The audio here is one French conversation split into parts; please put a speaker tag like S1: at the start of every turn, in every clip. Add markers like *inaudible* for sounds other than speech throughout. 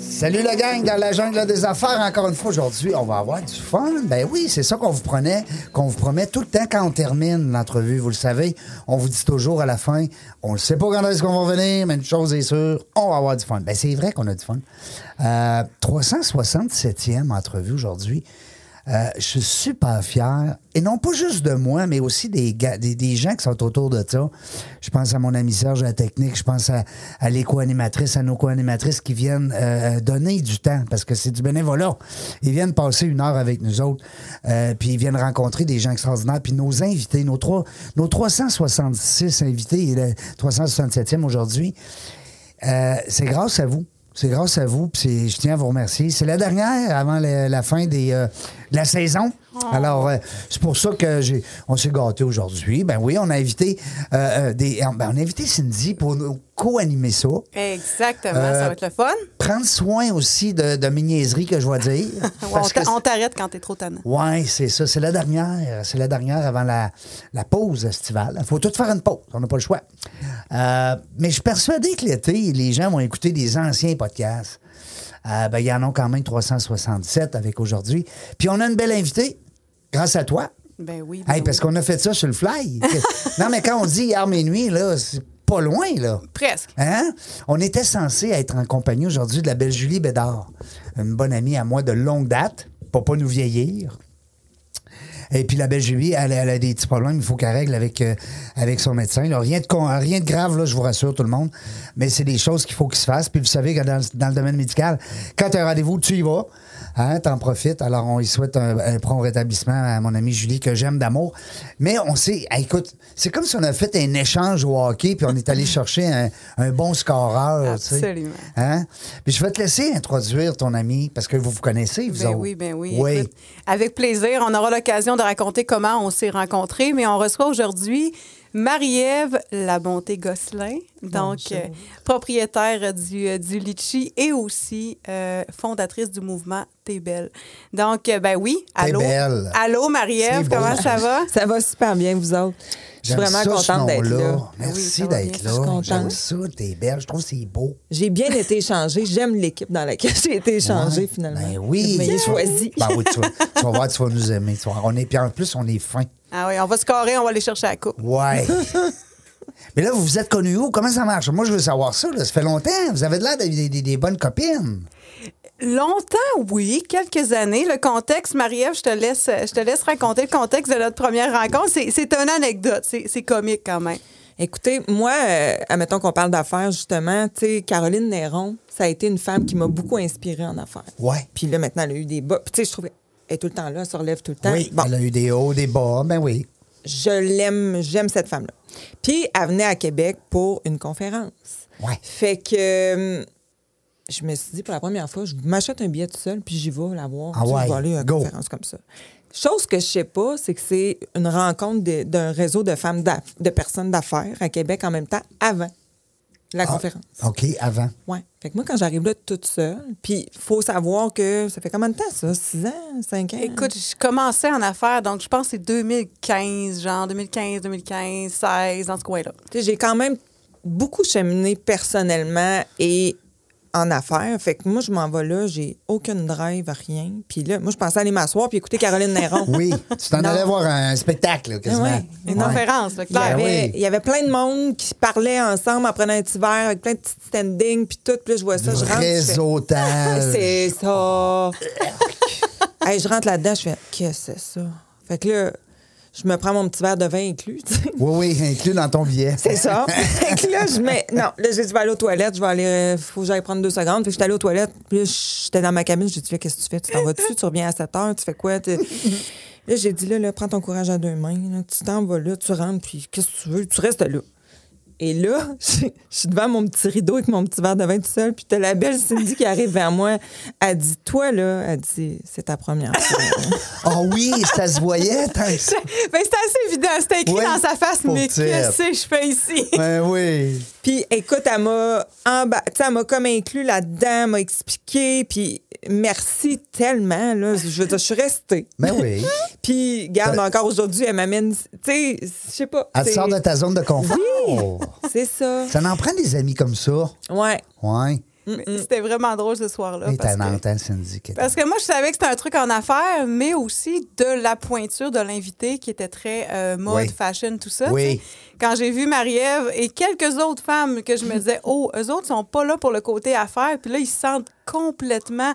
S1: Salut le gang dans la jungle des affaires. Encore une fois, aujourd'hui, on va avoir du fun. Ben oui, c'est ça qu'on vous prenait, qu'on vous promet tout le temps quand on termine l'entrevue. Vous le savez, on vous dit toujours à la fin, on ne sait pas quand est-ce qu'on va venir, mais une chose est sûre, on va avoir du fun. Ben c'est vrai qu'on a du fun. Euh, 367e entrevue aujourd'hui. Euh, je suis super fier, et non pas juste de moi, mais aussi des, ga- des, des gens qui sont autour de ça. Je pense à mon ami Serge à la technique, je pense à, à les co-animatrices, à nos co-animatrices qui viennent euh, donner du temps, parce que c'est du bénévolat. Ils viennent passer une heure avec nous autres, euh, puis ils viennent rencontrer des gens extraordinaires, puis nos invités, nos, trois, nos 366 invités, et le 367e aujourd'hui, euh, c'est grâce à vous. C'est grâce à vous. puis c'est- je tiens à vous remercier. C'est la dernière avant le- la fin des, euh, de la saison.
S2: Oh.
S1: Alors, euh, c'est pour ça que j'ai, on s'est gâté aujourd'hui. Ben oui, on a invité euh, euh, des, euh, ben, on a invité Cindy pour nous co-animer ça.
S2: Exactement,
S1: Euh,
S2: ça va être le fun.
S1: Prendre soin aussi de, de mes niaiseries que je vais dire.
S2: *laughs* Ouais, on
S1: parce que
S2: t'a- on t'arrête quand t'es trop tannant.
S1: oui, c'est ça. C'est la dernière. C'est la dernière avant la, la pause estivale. Il faut tout faire une pause. On n'a pas le choix. Euh, mais je suis persuadé que l'été, les gens vont écouter des anciens podcasts. Euh, ben, il y en a quand même 367 avec aujourd'hui. Puis on a une belle invitée, grâce à toi.
S2: Ben oui. ben
S1: Hey,
S2: oui.
S1: parce qu'on a fait ça sur le fly. non, mais quand on dit hier minuit, là, c'est pas loin, là.
S2: Presque.
S1: Hein? On était censé être en compagnie aujourd'hui de la belle Julie Bédard, une bonne amie à moi de longue date, pour pas nous vieillir. Et puis la belle Julie, elle, elle a des petits problèmes, il faut qu'elle règle avec, euh, avec son médecin. là. rien, de, con- rien de grave, là, je vous rassure tout le monde, mais c'est des choses qu'il faut qu'il se fasse. Puis vous savez que dans, dans le domaine médical, quand tu as un rendez-vous, tu y vas. Hein, t'en profites. Alors, on y souhaite un, un prompt rétablissement à mon amie Julie, que j'aime d'amour. Mais on sait, ah, écoute, c'est comme si on a fait un échange au hockey, puis on est allé chercher un, un bon scoreur. tu sais.
S2: Absolument.
S1: Hein? Puis je vais te laisser introduire ton ami, parce que vous vous connaissez, vous
S2: Ben
S1: autres.
S2: oui, ben oui.
S1: Oui.
S2: Écoute, avec plaisir, on aura l'occasion de raconter comment on s'est rencontrés, mais on reçoit aujourd'hui Marie-Ève Labonté Gosselin, donc euh, propriétaire du, euh, du Litchi et aussi euh, fondatrice du mouvement T'es belle. Donc, euh, ben oui, allô.
S1: belle.
S2: Allô,
S1: C'est
S2: Marie-Ève,
S1: beau.
S2: comment
S1: *laughs*
S2: ça va?
S3: Ça va super bien, vous autres. Je
S1: J'aime
S3: suis
S1: ça,
S3: vraiment
S1: ce
S3: contente d'être
S1: nom-là.
S3: là. Ah
S1: Merci
S2: Oui, ça va
S1: d'être
S2: bien.
S3: Je suis
S1: là.
S3: contente.
S1: J'aime ça, t'es belle. Je trouve que c'est beau.
S3: J'ai bien été échangée. J'aime l'équipe dans laquelle j'ai été échangée,
S1: Ouais.
S3: finalement.
S1: Ben oui.
S3: Mais
S1: Tu vas-
S3: choisi.
S1: Ben oui, tu vas, tu vas voir, tu vas nous aimer. tu vas- on est, puis en plus, on est fin.
S2: Ah oui, on va scorer, on va aller chercher la coupe.
S1: Ouais.
S3: *laughs*
S1: Mais là, vous vous êtes connus où? Comment ça marche? Moi, je veux savoir ça. Là. Ça fait longtemps. Vous avez de l'air d'être des, des- des bonnes copines.
S2: Longtemps, oui, quelques années. Le contexte, Marie-Ève, je te laisse, je te laisse raconter le contexte de notre première rencontre. C'est, c'est une anecdote, c'est, c'est comique quand même.
S3: Écoutez, moi, euh, admettons qu'on parle d'affaires, justement, tu sais, Caroline Néron, ça a été une femme qui m'a beaucoup inspirée en affaires.
S1: Ouais.
S3: Puis là, maintenant, elle a eu des bas. Puis tu sais, je trouve elle est tout le temps là, elle se relève tout le temps.
S1: Oui.
S3: Bon.
S1: Elle a eu des hauts, des bas. Ben oui.
S3: je l'aime, j'aime cette femme-là. Puis elle venait à Québec pour une conférence.
S1: Ouais.
S3: Fait que hum, je me suis dit pour la première fois, je m'achète un billet tout seul, puis j'y vais la voir.
S1: Ah
S3: Tu sais,
S1: ouais,
S3: je vais aller à une
S1: go.
S3: conférence comme ça. Chose que je sais pas, c'est que c'est une rencontre de- d'un réseau de femmes d'aff- de personnes d'affaires à Québec en même temps avant
S1: Ah.
S3: la conférence.
S1: OK, avant.
S3: Ouais. Fait que moi, quand j'arrive là toute seule, puis faut savoir que ça fait combien de temps ça? 6 ans? 5 ans?
S2: Écoute,
S1: Ah.
S2: je commençais en affaires, donc je pense que c'est 2015, genre 2015, 2015, 16, dans ce coin-là.
S3: Tu sais, j'ai quand même beaucoup cheminé personnellement et en affaires. Fait que moi, je m'en vais là, j'ai aucune drive, rien. Puis là, moi, je pensais aller m'asseoir puis écouter Caroline Néron.
S1: *laughs* Oui. Tu t'en
S3: Non.
S1: allais voir un spectacle, là,
S3: Ah
S1: quasiment.
S3: ouais,
S2: Une
S3: ouais.
S2: conférence, là,
S3: Il y,
S2: clair.
S1: Ben
S3: avait,
S1: oui.
S3: il y avait plein de monde qui parlait ensemble en prenant un petit verre avec plein de petits standings puis tout. Puis là, je vois ça, je rentre. je fais,
S1: Réseautage.
S3: *laughs* C'est ça. Hey, je rentre là-dedans, je fais, qu'est-ce que c'est ça? Fait que là, je me prends mon petit verre de vin inclus. tu sais.
S1: Oui, oui, inclus dans ton billet.
S2: *laughs*
S3: C'est ça. fait que là, je mets. Non, là, j'ai dit, je vais aller aux toilettes, je vais aller. euh, faut que j'aille prendre deux secondes. Fait que j'étais allée aux toilettes, puis là, j'étais dans ma cabine, j'ai dit, qu'est-ce que tu fais? Tu t'en vas dessus, tu reviens à 7 heures, tu fais quoi? Tu- Là, j'ai dit, là, là, prends ton courage à deux mains, là. tu t'en vas là, tu rentres, puis qu'est-ce que tu veux? Tu restes là. Et là, *laughs* je je suis devant mon petit rideau avec mon petit verre de vin tout seul, puis t'as la belle Cindy qui arrive vers moi. Elle dit, toi, là, elle dit, c'est ta première fois.
S1: Ah oui, ça se voyait. t'as-
S2: *laughs* Ben, c'était assez évident. C'était écrit
S1: Oui,
S2: dans sa face,
S1: pour
S2: mais
S1: dire.
S2: qu'est-ce que je fais ici?
S1: Ben oui.
S3: Puis écoute, elle m'a emba- tu sais, elle m'a comme inclus là-dedans, elle m'a expliqué, puis merci tellement là, je veux dire, je suis restée.
S1: *laughs* Ben oui.
S3: Puis garde encore aujourd'hui, elle m'amène, tu sais, je sais pas.
S1: Elle te
S3: c'est-
S1: sort de ta zone de confort.
S3: C'est ça.
S1: Ça n'en prend des amis comme ça.
S3: Ouais.
S1: Ouais.
S2: Mais C'était vraiment drôle ce soir-là.
S1: Et
S2: Ah, parce
S1: t'as
S2: que-
S1: entends, Cindy. que-
S2: Parce que moi, je savais que c'était un truc en affaires, mais aussi de la pointure de l'invité qui était très euh, mode,
S1: Oui.
S2: fashion, tout ça.
S1: Oui.
S2: tu sais. Quand j'ai vu Marie-Ève et quelques autres femmes que je me disais, oh, eux autres sont pas là pour le côté affaires, puis là, ils se sentent complètement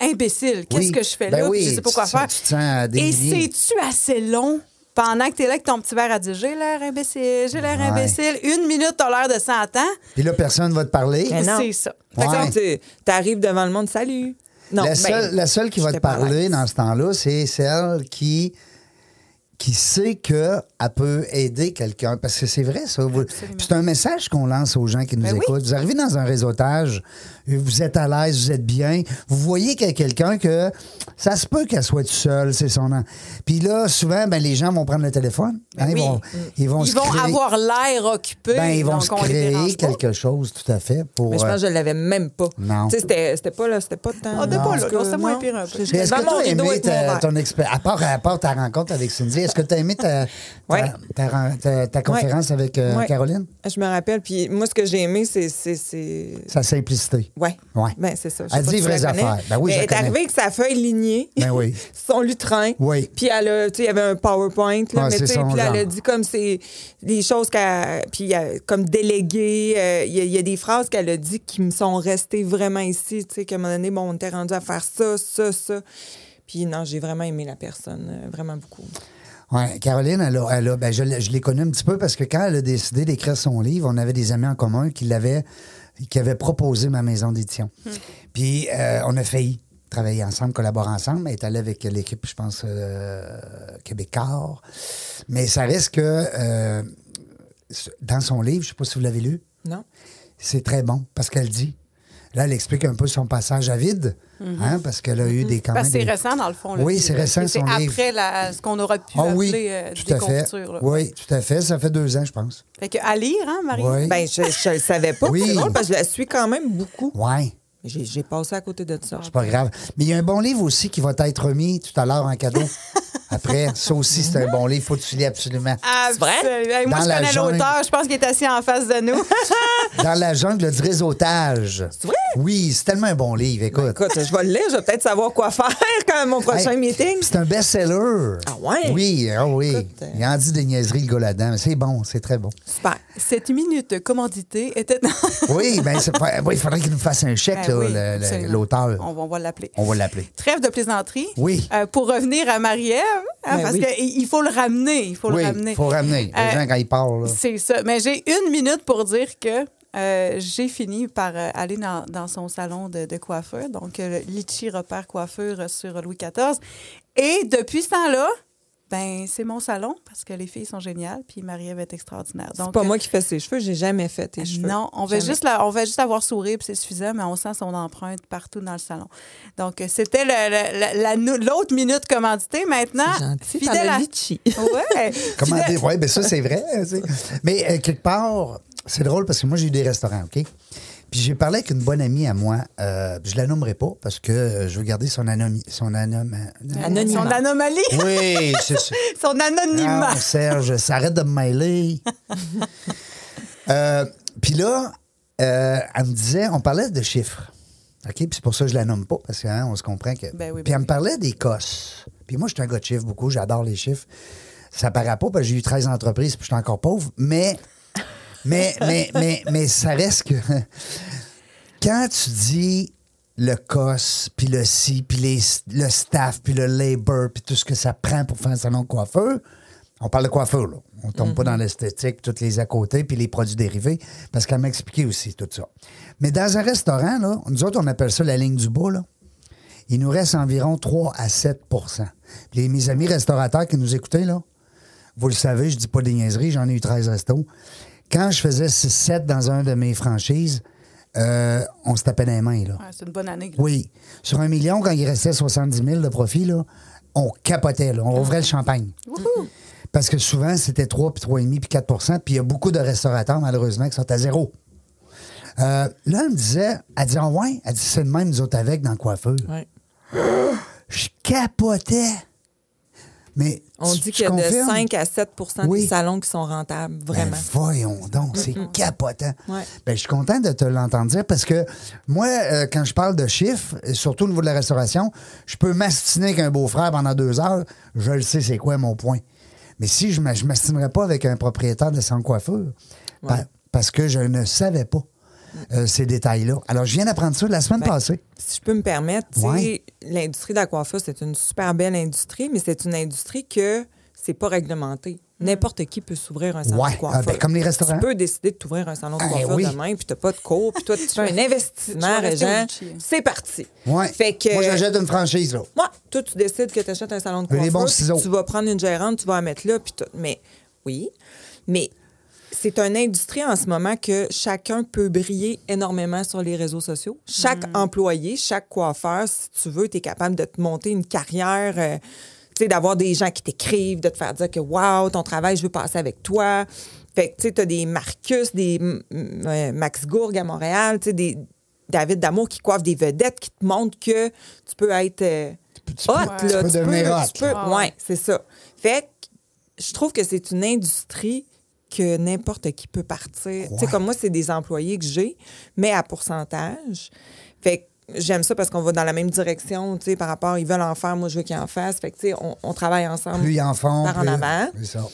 S2: imbéciles. Qu'est-ce
S1: Oui.
S2: que je fais
S1: Ben
S2: là? Puis
S1: oui,
S2: je sais pas quoi
S1: tu-
S2: faire.
S1: tu te sens
S2: et
S1: délié.
S2: c'est-tu assez long? Pendant que t'es là avec ton petit verre à dire j'ai l'air imbécile, j'ai l'air
S1: Ouais.
S2: imbécile, une minute t'as l'air de 100 ans,
S1: Puis là, personne va te parler.
S3: Ben non.
S2: c'est ça.
S3: Fait que
S1: Ouais.
S3: là, tu t'arrives devant le monde, salut. Non,
S1: la,
S3: ben,
S1: seule, la seule qui va te
S3: j'étais pas à
S1: parler
S3: l'aise.
S1: dans ce temps-là, c'est celle qui, qui sait qu'elle peut aider quelqu'un. Parce que c'est vrai, ça. Vous- C'est un message qu'on lance aux gens qui nous
S2: Ben oui.
S1: écoutent. Vous arrivez dans un réseautage, vous êtes à l'aise, vous êtes bien. Vous voyez qu'il y a quelqu'un que ça se peut qu'elle soit toute seule, c'est son nom. Puis là, souvent, ben, les gens vont prendre le téléphone. hein, ils,
S2: Ben oui.
S1: vont, ils vont
S2: Ils
S1: se
S2: vont
S1: créer-
S2: avoir l'air occupé.
S1: ben, ils vont
S2: donc
S1: se
S2: on les
S1: créer
S2: dérange pas.
S1: quelque chose, tout à fait. Pour,
S3: Mais je pense
S1: euh,
S3: que je l'avais même pas.
S1: Non.
S3: Tu sais, c'était c'était pas là, c'était pas tant.
S2: On était Ah, pas
S3: En
S2: là,
S3: tout cas,
S2: non, c'était moins
S3: non.
S2: pire un peu.
S3: J'étais
S1: Mais est-ce que
S3: devant mon
S1: tu as
S3: rideau
S1: aimé
S3: avec mon
S1: ta,
S3: verre.
S1: ton expérience, à part, à part ta rencontre avec Cindy, est-ce que tu as aimé ta, ta,
S3: Ouais.
S1: ta- ta- ta conférence avec euh,
S3: Ouais.
S1: Caroline?
S3: Je me rappelle, puis moi, ce que j'ai aimé, c'est- c'est- c'est
S1: Sa simplicité.
S3: Ouais.
S1: Ouais.
S3: Ben, c'est ça. Je
S1: Elle
S3: sais pas
S1: dit
S3: si tu
S1: vraies
S3: la connais.
S1: affaires. Ben oui,
S3: Mais
S1: je
S3: Elle
S1: la
S3: est
S1: connais.
S3: arrivée avec sa feuille lignée.
S1: Ben oui.
S3: *laughs* son lutrin.
S1: Oui.
S3: Puis elle a, tu sais, il y avait un PowerPoint, là,
S1: Ah,
S3: mais
S1: c'est
S3: tu sais,
S1: son
S3: puis elle a
S1: genre.
S3: dit comme c'est des choses qu'elle, puis euh, comme déléguée, euh, il y, a- il y a des phrases qu'elle a dit qui me sont restées vraiment ici, tu sais, qu'à un moment donné, bon, on était rendu à faire ça, ça, ça. Puis non, j'ai vraiment aimé la personne, euh, vraiment beaucoup.
S1: Ouais, Caroline, elle a- elle a- ben, je, l'ai- je l'ai connue un petit peu parce que quand elle a décidé d'écrire son livre, on avait des amis en commun qui l'avaient, qui avaient proposé ma maison d'édition.
S3: Hmm.
S1: Puis euh, on a failli travailler ensemble, collaborer ensemble. Elle est allée avec l'équipe, je pense, euh, Québécois. Mais ça reste que euh, dans son livre, je ne sais pas si vous l'avez lu,
S3: Non?
S1: c'est très bon parce qu'elle dit. Là, elle explique un peu son passage à vide, hein, parce qu'elle a eu des quand
S2: Parce que
S1: même
S2: c'est
S1: des-
S2: récent, dans le fond. là,
S1: Oui,
S2: puis,
S1: c'est récent,
S2: C'est
S1: son
S2: après la- ce qu'on aurait pu
S1: Ah
S2: appeler
S1: oui,
S2: euh,
S1: tout à fait.
S2: déconfiture. là.
S1: Oui, tout à fait. Ça fait deux ans, je pense.
S2: Fait que à lire, hein, Marie?
S1: Oui.
S3: Ben, je, je le savais pas.
S1: Oui.
S3: C'est drôle parce que je la suis quand même beaucoup.
S1: Ouais,
S3: J'ai j'ai passé à côté de ça.
S1: c'est pas grave. Mais il y a un bon livre aussi qui va t'être remis tout à l'heure en cadeau. Après, ça aussi, c'est un bon livre. Faut que tu lis absolument.
S2: Absolument. Hey, Moi,
S1: Dans
S2: je
S1: la
S2: connais
S1: jungle.
S2: l'auteur. Je pense qu'il est assis en face
S1: *laughs*
S2: de nous.
S1: Dans la jungle du réseautage.
S3: vrai? Ben,
S1: Oui, c'est tellement un bon livre, écoute.
S3: Écoute, je vais le lire, je vais peut-être savoir quoi faire *laughs* quand mon prochain
S1: Hey,
S3: meeting.
S1: C'est un best-seller.
S3: Ah ouais?
S1: Oui, ah oui.
S3: Écoute, euh.
S1: Il en dit des niaiseries, le gars là-dedans. mais C'est bon, c'est très bon.
S3: Super.
S2: Cette minute commanditée était...
S1: Oui, ben, c'est pas- oui, il faudrait qu'il nous fasse un chèque,
S2: Ben
S1: là,
S2: oui,
S1: le- le-
S2: absolument.
S1: l'auteur.
S2: On va, on va l'appeler.
S1: On va l'appeler.
S2: Trêve de plaisanterie.
S1: Oui.
S2: Euh, pour revenir à Marie-Ève, hein,
S3: Ben
S2: parce
S3: oui.
S2: qu'il faut le ramener. Il faut
S1: oui,
S2: le ramener.
S1: faut ramener. Les
S2: Euh,
S1: gens, quand ils parlent, là.
S2: C'est ça. Mais j'ai une minute pour dire que euh, j'ai fini par euh, aller dans, dans son salon de, de coiffeur, donc euh, le Litchi Repère Coiffure euh, sur Louis XIV. Et depuis ce temps-là, ben c'est mon salon parce que les filles sont géniales, puis Marie-Ève est extraordinaire.
S3: C'est
S2: Donc,
S3: pas
S2: euh,
S3: moi qui fais ses cheveux, j'ai jamais fait tes cheveux.
S2: non, on va,
S3: Jamais.
S2: juste la- on va juste avoir sourire, puis c'est suffisant, mais on sent son empreinte partout dans le salon. Donc, euh, c'était le- le- la- la nou- l'autre minute commanditée. Maintenant,
S3: C'est gentil, par
S2: fidèle
S3: le
S2: à...
S3: litchi.
S2: Ouais.
S1: Comment
S2: Fidèle-
S1: dire? Oui, bien ça, c'est vrai. tu sais. Mais euh, quelque part, c'est drôle parce que moi, j'ai eu des restaurants, OK? Puis j'ai parlé avec une bonne amie à moi. euh, je la nommerai pas parce que euh, je veux garder son anonyme. Son anonyme.
S3: Anonymat.
S2: Son anomalie,
S1: Oui, c'est ça.
S2: son anonymat.
S1: Non,
S3: Ah,
S1: Ah, Serge, ça arrête de me
S2: *laughs*
S1: mêler. Euh, Puis là, euh, elle me disait, on parlait de chiffres. OK? Puis c'est pour ça que je la nomme pas, parce qu'on se comprend que.
S2: Ben oui, ben
S1: Puis elle me
S2: oui.
S1: parlait des cosses. Puis moi, je suis un gars de chiffres beaucoup, j'adore les chiffres. Ça paraît pas, parce que j'ai eu 13 entreprises, puis je suis encore pauvre. Mais, mais, mais, mais, mais ça reste que. Quand tu dis le COS, puis le CI, puis les- le staff, puis le labor, puis tout ce que ça prend pour faire un salon de coiffeur, On parle de coiffure, là. On tombe pas dans l'esthétique, toutes les à côté, puis les produits dérivés, parce qu'elle m'a expliqué aussi tout ça. Mais dans un restaurant, là, nous autres, on appelle ça la ligne du bas, là. Il nous reste environ 3 à 7 Les, Mes amis restaurateurs qui nous écoutaient, là, vous le savez, je dis pas des niaiseries, j'en ai eu 13 restos. Quand je faisais 6-7 dans un de mes franchises, euh, on se tapait dans les mains, là.
S2: Ouais, c'est une bonne année. là.
S1: Oui. Sur un million, quand il restait 70 000 de profit, là, on capotait, là. on ouvrait le champagne. Parce que souvent, c'était 3, puis 3,5, puis 4 puis il y a beaucoup de restaurateurs, malheureusement, qui sont à zéro. Euh, là, elle me disait, elle dit, Ah ouais, elle dit, c'est de même, nous autres, avec, dans le coiffeur.
S3: Ouais.
S1: Je capotais. Mais
S3: On
S1: tu-
S3: dit
S1: tu
S3: qu'il y a de
S1: confirmes?
S3: 5 à 7
S1: Oui.
S3: des salons qui sont rentables,
S1: Ben,
S3: vraiment.
S1: voyons donc, c'est capotant.
S3: Ouais.
S1: Ben, je suis content de te l'entendre dire parce que moi, euh, quand je parle de chiffres, et surtout au niveau de la restauration, je peux m'astiner avec un beau-frère pendant deux heures. Je le sais, c'est quoi mon point. Mais si je ne m'astinerais pas avec un propriétaire de sans coiffure, pa- parce que je ne savais pas euh, ces détails-là. Alors, je viens d'apprendre ça la semaine
S3: Ben,
S1: passée.
S3: Si je peux me permettre, tu sais,
S1: Ouais.
S3: l'industrie de la coiffure, c'est une super belle industrie, mais c'est une industrie que c'est pas réglementé. N'importe qui peut s'ouvrir un salon
S1: Hmm. Ouais.
S3: de coiffure.
S1: Ah, ben, comme les restaurants.
S3: Tu peux décider de t'ouvrir un salon de
S1: Ah,
S3: coiffure
S1: oui.
S3: demain, puis t'as pas de cours, puis toi, tu
S1: *laughs*
S3: fais un
S2: Tu
S3: investissement,
S2: vas rester au
S3: Régent.
S2: Litchi.
S3: C'est parti.
S1: Ouais.
S3: Fait que,
S1: Moi, j'achète une franchise, là.
S3: Ouais, toi, tu décides que tu achètes un salon de
S1: Les
S3: coiffure.
S1: bons
S3: puis
S1: ciseaux.
S3: Tu vas prendre une gérante, tu vas la mettre là, puis tout. Mais oui, mais c'est une industrie en ce moment que chacun peut briller énormément sur les réseaux sociaux. Chaque employé, chaque coiffeur, si tu veux, tu es capable de te monter une carrière. euh, tu sais, d'avoir des gens qui t'écrivent, de te faire dire que wow, ton travail, je veux passer avec toi. Fait que tu sais, t'as des Marcus, des M- M- euh, Max Gourg à Montréal, tu sais, des David Damour qui coiffent des vedettes, qui te montrent que tu peux être euh,
S1: tu
S3: hot,
S1: peux-
S3: là.
S1: tu peux devenir hot,
S3: tu peux- ouais, c'est ça. Fait que je trouve que c'est une industrie que n'importe qui peut partir. Tu sais,
S1: Ouais.
S3: comme moi, c'est des employés que j'ai, mais à pourcentage. Fait que j'aime ça parce qu'on va dans la même direction, tu sais, par rapport, ils veulent en faire, moi, je veux qu'ils en fassent. Fait que, tu sais, on, on travaille ensemble.
S1: Plus ils en font,
S3: Par
S1: plus-
S3: en avant.
S1: C'est ça.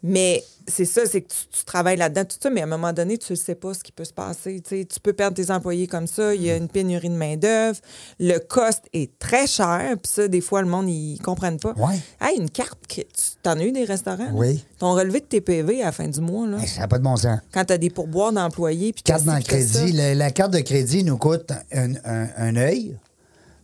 S3: Mais c'est ça, c'est que tu, tu travailles là-dedans, tout ça, mais à un moment donné, tu ne sais pas ce qui peut se passer. Tu sais, tu peux perdre tes employés comme ça, il y a
S1: Mm.
S3: une pénurie de main-d'œuvre, le cost est très cher, puis ça, des fois, le monde, ils ne comprennent pas.
S1: Ouais.
S3: Hey, une carte, que- tu en as eu des restaurants? là?
S1: Oui.
S3: Ton relevé de TPV à la fin du mois, là,
S1: Hey, Ça n'a pas de bon sens.
S3: quand tu as des pourboires d'employés, puis
S1: carte
S3: t'as
S1: dans
S3: ci,
S1: le
S3: puis t'as ça.
S1: crédit. La, la carte de crédit nous coûte un, un- un œil.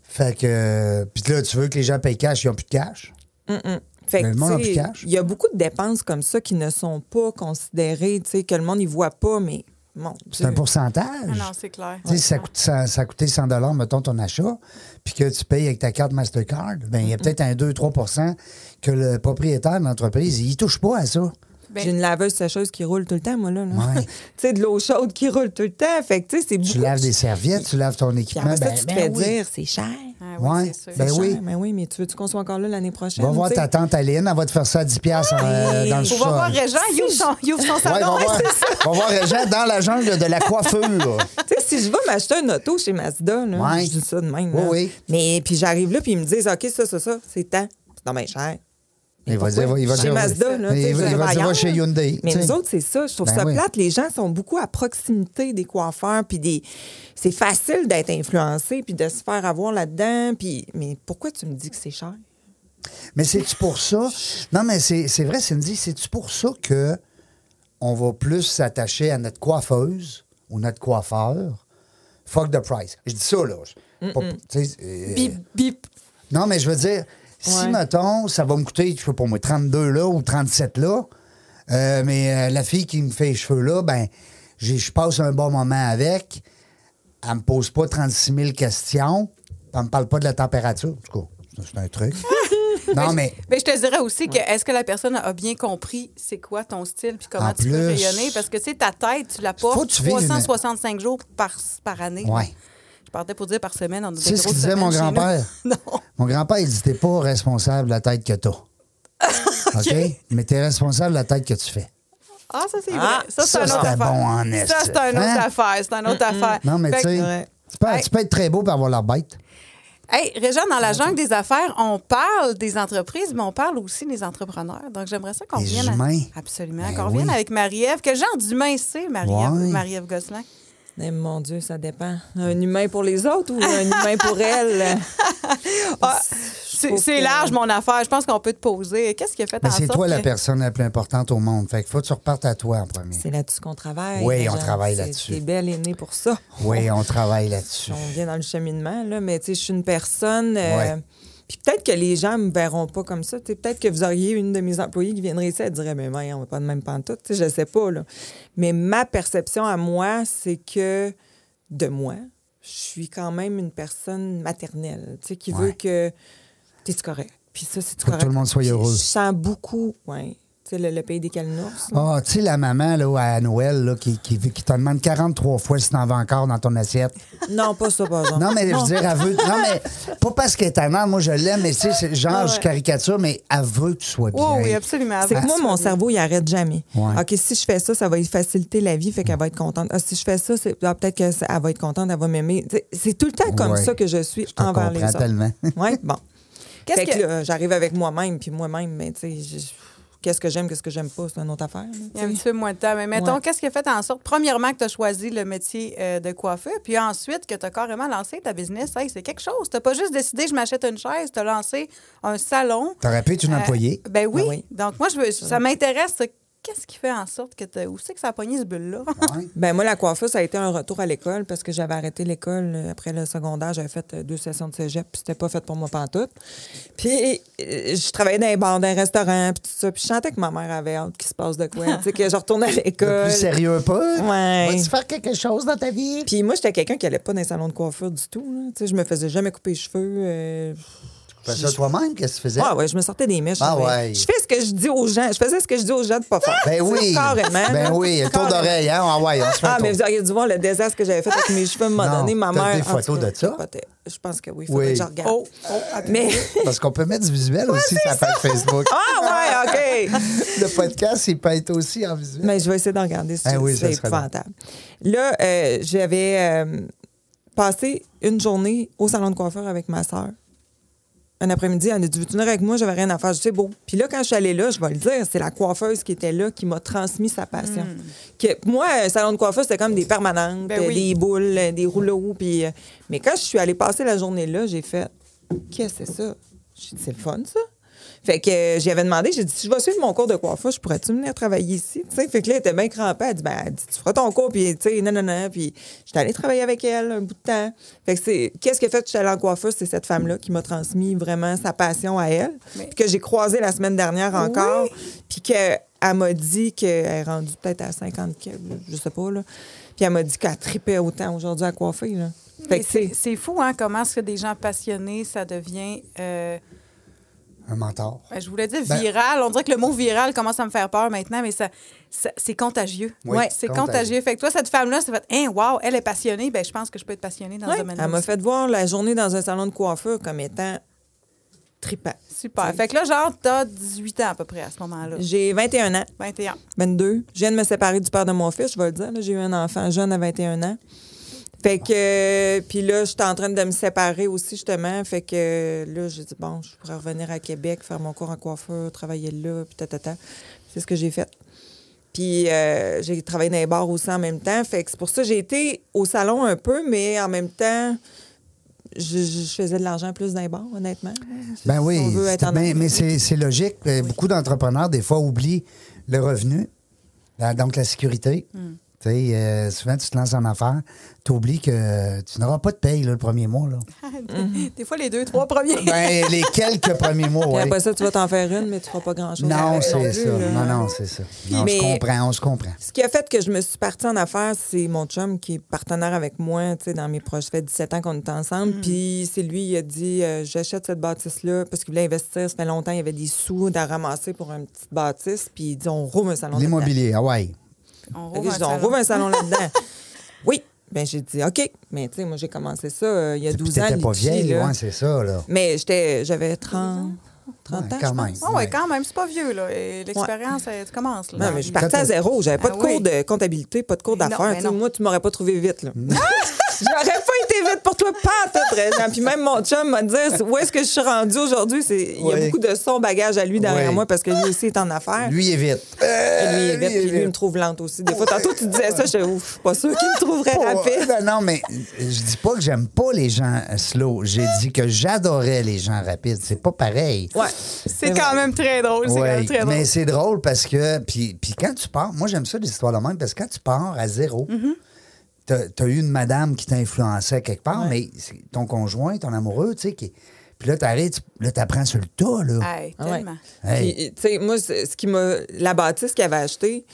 S1: Fait que. Puis là, tu veux que les gens payent cash, ils n'ont plus de cash.
S3: Mm-mm. Fait que,
S1: Mais le monde a
S3: tu sais,
S1: plus de cash.
S3: Il y a beaucoup de dépenses comme ça qui ne sont pas considérées, tu sais, que le monde ne voit pas, mais mon
S1: C'est un
S3: Dieu.
S1: pourcentage.
S2: Ah non, c'est clair.
S1: Tu sais, si ça, coûte 100 ça a coûté 100 mettons, ton achat, puis que tu payes avec ta carte Mastercard, ben il y a peut-être un 2-3 que le propriétaire de l'entreprise, il touche pas à ça.
S2: Ben,
S3: J'ai une laveuse sécheuse qui roule tout le temps, moi, là. là.
S1: Ouais.
S3: *laughs* tu sais, de l'eau chaude qui roule tout le temps. Fait que, tu sais, c'est beaucoup.
S1: Tu laves des serviettes, tu laves ton
S3: Puis
S1: équipement.
S3: après ça,
S1: ben-
S3: tu
S1: ben
S3: te fais
S1: oui.
S3: dire, c'est cher.
S2: ah
S1: Ouais,
S2: oui, c'est sûr.
S1: ben
S3: C'est
S1: oui.
S3: cher, Mais oui, mais tu veux-tu qu'on soit encore là l'année prochaine?
S1: Va voir
S3: tu sais?
S1: ta tante Aline, elle va te faire ça à 10$ piastres, euh,
S3: Hey,
S1: dans le
S2: On va voir
S1: sous-sol.
S2: Régent, il ouvre son, il ouvre son
S1: Ouais,
S2: salon.
S1: va Ah, voir, va voir Régent dans la jungle de la
S3: *laughs*
S1: coiffure.
S3: Tu sais, si je vais m'acheter un auto chez Mazda, là,
S1: Ouais.
S3: je dis ça de même.
S1: Oui,
S3: là.
S1: oui.
S3: Mais puis j'arrive là, puis ils me disent, OK, ça, ça, ça, c'est tant. C'est non, mais cher.
S1: Il va
S3: Pourquoi?
S1: dire, il va
S3: chez
S1: dire.
S3: Mazda, là,
S1: il
S3: tu
S1: va-
S3: sais, je
S1: il va
S3: vais
S1: dire,
S3: ailleurs.
S1: va chez Hyundai.
S3: Mais
S1: tu sais.
S3: nous autres, c'est ça. Je trouve
S1: Ben
S3: ça
S1: oui.
S3: plate. Les gens sont beaucoup à proximité des coiffeurs. Puis des... c'est facile d'être influencé puis de se faire avoir là-dedans. Puis... Mais pourquoi tu me dis que c'est cher?
S1: Mais c'est-tu pour ça? Non, mais c'est c'est vrai, Cindy, c'est-tu pour ça que on va plus s'attacher à notre coiffeuse ou notre coiffeur? Fuck the price. Je dis ça, là. Je- pas- tu sais, euh,
S2: Bip, bip.
S1: non, mais je veux dire, si,
S3: Ouais.
S1: mettons, ça va me coûter, je sais pas pour moi, 32 là ou 37 là, euh, mais euh, la fille qui me fait les cheveux là, ben, j'ai- je passe un bon moment avec. Elle me pose pas 36 000 questions. Elle me parle pas de la température. En tout cas, ça, c'est un truc. non, mais.
S2: Mais je te dirais aussi que est-ce que la personne a bien compris c'est quoi ton style puis comment
S1: En
S2: tu peux
S1: plus.
S2: rayonner? Parce que tu sais, ta tête, tu la
S1: Faut
S2: portes
S1: que tu vives une-
S2: 365 jours par, par année.
S1: Ouais.
S2: Je partais pour dire par semaine. on a
S1: Tu sais
S2: des
S1: ce qu'il
S2: grosses
S1: disait
S2: semaines
S1: mon
S2: chez nous.
S1: grand-père?
S2: *laughs* Non.
S1: Mon grand-père, il dit T'es pas responsable de la tête que t'as. OK? Mais t'es responsable de la tête que tu fais.
S2: Ah, ça, c'est
S3: Ah,
S2: vrai. Ça, c'est
S1: ça,
S2: un autre
S1: c'était
S2: affaire.
S1: bon en est,
S2: ça, c'est un autre
S1: hein?
S2: affaire. C'est un autre affaire.
S1: Non, mais
S2: Fait
S1: tu
S2: que-
S1: sais,
S3: ouais.
S1: tu peux-
S2: Ben, Hey.
S1: tu peux être très beau et avoir l'air bête.
S2: Hey, Réjean, dans la jungle des affaires, on parle des entreprises, mais on parle aussi des entrepreneurs. Donc, j'aimerais ça qu'on
S1: Des
S2: revienne. à-
S1: humains.
S2: Absolument.
S1: Ben
S2: qu'on revienne
S1: oui.
S2: avec Marie-Ève. Quel genre d'humain c'est, Marie-Ève,
S1: Ouais.
S2: Marie-Ève Gosselin?
S3: Eh, mon Dieu,
S1: *laughs*
S3: ça dépend. Un humain pour les autres ou un humain pour elle?
S2: Ah,
S3: Je
S2: C'est
S3: Faut
S2: c'est
S3: que-
S2: large, mon affaire. Je pense qu'on peut te poser. Qu'est-ce qui a fait
S1: Mais
S2: en
S1: Ben, c'est
S2: sorte
S1: toi la
S2: que-
S1: personne la plus importante au monde. Fait que faut que tu repartes à toi en premier.
S3: C'est là-dessus qu'on travaille.
S1: Oui, on
S3: Jeanne.
S1: travaille
S3: C'est-
S1: là-dessus.
S3: T'es belle et née pour ça.
S1: Oui, on travaille là-dessus. *laughs*
S3: On vient dans le cheminement, là, mais tu sais, je suis une personne. euh,
S1: Ouais.
S3: Puis peut-être que les gens me verront pas comme ça. tu sais. Peut-être que vous auriez une de mes employées qui viendrait ici, elle dirait Mais voyons, on va pas de même pantoute. Tu sais, Je sais pas. Là. Mais ma perception à moi, c'est que de moi, je suis quand même une personne maternelle tu sais, qui veut
S1: Ouais.
S3: que. T'es-tu correct? Puis ça, c'est
S1: Faut que
S3: correct.
S1: tout le monde soit
S3: Je-
S1: heureux.
S3: Je sens beaucoup, ouais. Tu sais, le, le pays des calinours. là.
S1: Ah, tu sais, la maman là, à Noël là, qui, qui, qui te demande 43 fois si t'en veux encore dans ton assiette.
S3: Non, pas
S1: *laughs*
S3: ça, par exemple.
S1: Non, mais je veux dire, elle veut. Non, mais pas parce qu'elle est ta mère, moi je l'aime, mais tu sais, c'est genre,
S3: Ouais.
S1: je caricature, mais elle veut que tu sois bien.
S2: Oui, oui, absolument.
S3: C'est que moi, mon cerveau, il arrête jamais.
S1: Ouais.
S3: OK, si je fais ça, ça va lui faciliter la vie, fait qu'elle va être contente. Ah, si je fais ça, c'est- ah, peut-être qu'elle va être contente, elle va m'aimer. Tu sais, C'est tout le temps comme
S1: Ouais.
S3: ça que je suis
S1: Je te
S3: envers les
S1: comprends
S3: autres.
S1: tellement. *laughs*
S3: Oui, bon.
S2: Qu'est-ce
S3: Fait que,
S2: que-
S3: là, j'arrive avec moi-même, puis moi-même, mais tu sais, je- qu'est-ce que j'aime, qu'est-ce que j'aime pas, c'est une autre affaire. là,
S2: Il
S3: tu
S2: y a un
S3: sais.
S2: petit peu moins de temps. Mais mettons,
S3: Ouais.
S2: qu'est-ce qui a fait en sorte, premièrement, que tu as choisi le métier euh, de coiffeur, puis ensuite que tu as carrément lancé ta business? Hey, c'est quelque chose. Tu pas juste décidé, je m'achète une chaise, tu as lancé un salon.
S1: T'aurais pu être une
S2: Euh,
S1: employée.
S2: Ben oui.
S3: Ben oui.
S2: Donc, moi, je veux, ça m'intéresse. euh, Qu'est-ce qui fait en sorte que tu. Où c'est que ça a pogné ce *laughs* bulle-là?
S1: Ouais.
S3: Ben moi, la coiffeuse, ça a été un retour à l'école parce que j'avais arrêté l'école euh, après le secondaire. J'avais fait euh, deux sessions de cégep, puis c'était pas fait pour moi pantoute. Puis euh, je travaillais dans les bars, dans les restaurants, puis tout ça. Puis je sentais que ma mère avait hâte qu'il se passe de quoi. tu sais, que je retournais
S1: *laughs*
S3: à
S1: Le
S3: l'école.
S1: plus sérieux pas.
S3: euh, Ouais.
S1: Vas-tu faire quelque chose dans ta vie?
S3: Puis moi, j'étais quelqu'un qui allait pas dans les salons de coiffure du tout. là. Tu sais, je me faisais jamais couper les cheveux. euh,
S1: Fais ça toi-même, qu'est-ce que tu faisais?
S3: Ah ouais, je me sortais des mèches.
S1: Ah
S3: mais
S1: ouais.
S3: Je fais ce que je dis aux gens. Je faisais ce que je dis aux gens de pas faire.
S1: Ben
S3: Tu sais,
S1: oui.
S3: Ah, Carrément.
S1: Ben oui, un tour d'oreille, hein? Ah ouais, on se fait un
S3: Ah,
S1: tour.
S3: mais vous auriez dû voir le désastre que j'avais fait avec mes cheveux à un moment
S1: Non,
S3: donné. Ma
S1: t'as
S3: mère.
S1: des
S3: en tout
S1: photos
S3: cas,
S1: de ça?
S3: capotait. Je pense que oui.
S1: Oui.
S3: Faudrait que je regarde.
S2: Oh, oh, attends.
S3: Mais. *laughs*
S1: Parce qu'on peut mettre du visuel aussi sur la page Facebook. *laughs*
S3: Ah, ouais, OK.
S2: *laughs*
S1: Le podcast, il peut être aussi en visuel.
S3: Mais je vais essayer d'en regarder. si
S1: Ah
S3: tu-
S1: oui, ça
S3: c'est
S1: serait bon.
S3: épouvantable. Là, euh, j'avais euh, passé une journée au salon de coiffeur avec ma sœur. Un après-midi, elle a dit Veux-tu venir avec moi J'avais rien à faire. Je dis C'est beau. Puis là, quand je suis allée là, je vais le dire, c'est la coiffeuse qui était là qui m'a transmis sa passion. Que, moi, un salon de coiffeur, c'était comme des permanentes,
S2: Hmm. Ben oui.
S3: des boules, des rouleaux. Puis, euh, mais quand je suis allée passer la journée là, j'ai fait Qu'est-ce que c'est ça J'ai dit C'est le fun, ça. Fait que euh, j'y avais demandé, j'ai dit, si je vais suivre mon cours de coiffeur, je pourrais-tu venir travailler ici? Tu sais, fait que là, elle était bien crampée. Elle dit, ben, elle dit, tu feras ton cours, puis tu sais, non, non, non. Puis j'étais allée travailler avec elle un bout de temps. Fait que c'est, qu'est-ce qui a fait que je suis allée en coiffeur? C'est cette femme-là qui m'a transmis vraiment sa passion à elle,
S2: Mais-
S3: puis que j'ai croisée la semaine dernière encore, puis qu'elle m'a dit qu'elle est rendue peut-être à 50, que- je sais pas, là. Puis elle m'a dit qu'elle tripait autant aujourd'hui à coiffer, là. Fait
S2: Mais
S3: que, tu
S2: C'est
S3: sais,
S2: c'est fou, hein, comment est-ce que des gens passionnés, ça devient. euh,
S1: Un mentor.
S2: ben, je voulais dire
S1: Ben-
S2: viral. On dirait que le mot viral commence à me faire peur maintenant, mais ça, ça- c'est contagieux.
S1: Oui,
S2: Ouais, c'est contagieux.
S1: contagieux.
S2: Fait que toi, cette femme-là, ça fait Hein, wow, elle est passionnée. Ben, je pense que je peux être passionnée dans
S3: ouais,
S2: ce domaine
S3: elle m'a fait voir la journée dans un salon de coiffeur comme étant tripant.
S2: Super. Fait que là, genre, t'as 18 ans à peu près à ce moment-là.
S3: J'ai 21 ans.
S2: *laughs* 21.
S3: 22. Je viens de me séparer du père de mon fils, je vais le dire. là. J'ai eu un enfant jeune à 21 ans. Fait que, euh, puis là, j'étais en train de me séparer aussi, justement. Fait que euh, là, j'ai dit, bon, je pourrais revenir à Québec, faire mon cours en coiffeur, travailler là, puis tatata. C'est ce que j'ai fait. Puis euh, j'ai travaillé dans les bars aussi en même temps. Fait que c'est pour ça que j'ai été au salon un peu, mais en même temps, je, je faisais de l'argent plus dans les bars, honnêtement.
S1: Ben oui,
S3: Si on veut
S1: c'est-
S3: être en
S1: mais,
S3: affaires.
S1: mais c'est c'est logique. Euh, Beaucoup d'entrepreneurs, des fois, oublient le revenu, la- donc la sécurité.
S3: Mm.
S1: Tu sais, euh, souvent, tu te lances en affaires, tu oublies que tu n'auras pas de paye là, le premier mois.
S3: *laughs*
S1: Là.
S3: Mm-hmm.
S2: Des fois, les deux, trois premiers.
S1: Ben, les quelques premiers mois,
S3: Puis
S1: oui.
S3: après ça, tu vas t'en faire une, mais tu feras pas grand-chose.
S1: Non,
S3: avec
S1: c'est
S3: euh, plus,
S1: ça.
S3: là.
S1: Non, non, c'est ça.
S3: Puis-
S1: on se
S3: mais-
S1: comprend, on se comprend.
S3: Ce qui a fait que je me suis partie en affaires, c'est mon chum qui est partenaire avec moi, tu sais, dans mes projets. Ça fait 17 ans qu'on est
S1: Mm.
S3: ensemble. Puis c'est lui, il a dit euh, j'achète cette bâtisse-là parce qu'il voulait investir. Ça fait longtemps, il y avait des sous à ramasser pour une petite bâtisse. Puis il dit on rouvre un salon là-dedans.
S1: L'immobilier, ah ouais.
S2: On
S3: Fait que
S2: rouvre
S3: j'ai
S2: un
S3: dit, on
S2: salon.
S3: rouvre un salon là-dedans. *laughs* oui. Ben j'ai dit OK. Mais tu sais, moi, j'ai commencé ça euh, il y a
S1: Puis
S3: 12 ans.
S1: t'étais pas
S3: Litchi,
S1: vieille,
S3: là.
S1: ouais, c'est ça, là.
S3: Mais j'étais, j'avais 30, 30
S1: Ouais,
S3: ans.
S1: quand
S3: je
S1: même.
S3: pense.
S2: Ah ouais, quand même, c'est pas vieux, là. Et L'expérience, elle, tu commences, là.
S3: Non, mais je suis partie à zéro. J'avais pas
S2: Ah
S3: de cours
S2: oui.
S3: de comptabilité, pas de cours
S2: Mais non,
S3: d'affaires.
S2: mais
S3: Tu sais,
S2: non.
S3: Moi, tu m'aurais pas trouvé vite. Là. J'aurais pas été vite pour toi, pas tout, Réjean. Puis même mon chum m'a dit où est-ce que je suis rendue aujourd'hui. C'est- Il y
S1: Oui.
S3: a beaucoup de son bagage à lui derrière
S1: Oui.
S3: moi parce que lui aussi est en affaires.
S1: Lui est vite.
S3: Hein? Lui,
S1: Euh,
S3: il est vite, puis lui, il me trouve lente aussi. Des fois, tantôt, tu disais ça, je suis pas sûre qu'il me trouverait
S1: Pas-
S3: rapide.
S1: Ben non, mais je dis pas que j'aime pas les gens euh, slow. J'ai dit que j'adorais les gens rapides. C'est pas pareil.
S3: Ouais.
S2: C'est quand même très drôle. C'est quand même
S1: Ouais,
S2: très drôle.
S1: mais c'est drôle parce que. Puis, puis quand tu pars, moi j'aime ça des histoires de même parce que quand tu pars à zéro,
S3: Mhm.
S1: t'as t'as eu une madame qui t'influençait quelque part, mais c'est ton conjoint, ton amoureux, tu sais, qui. Puis là, t'arrives, tu- là, t'apprends sur le tas, là.
S2: Hey,
S3: Ah ouais.
S2: tellement.
S1: Hey.
S3: Puis, tu sais, moi, c'est- ce qui m'a. La bâtisse qu'il avait achetée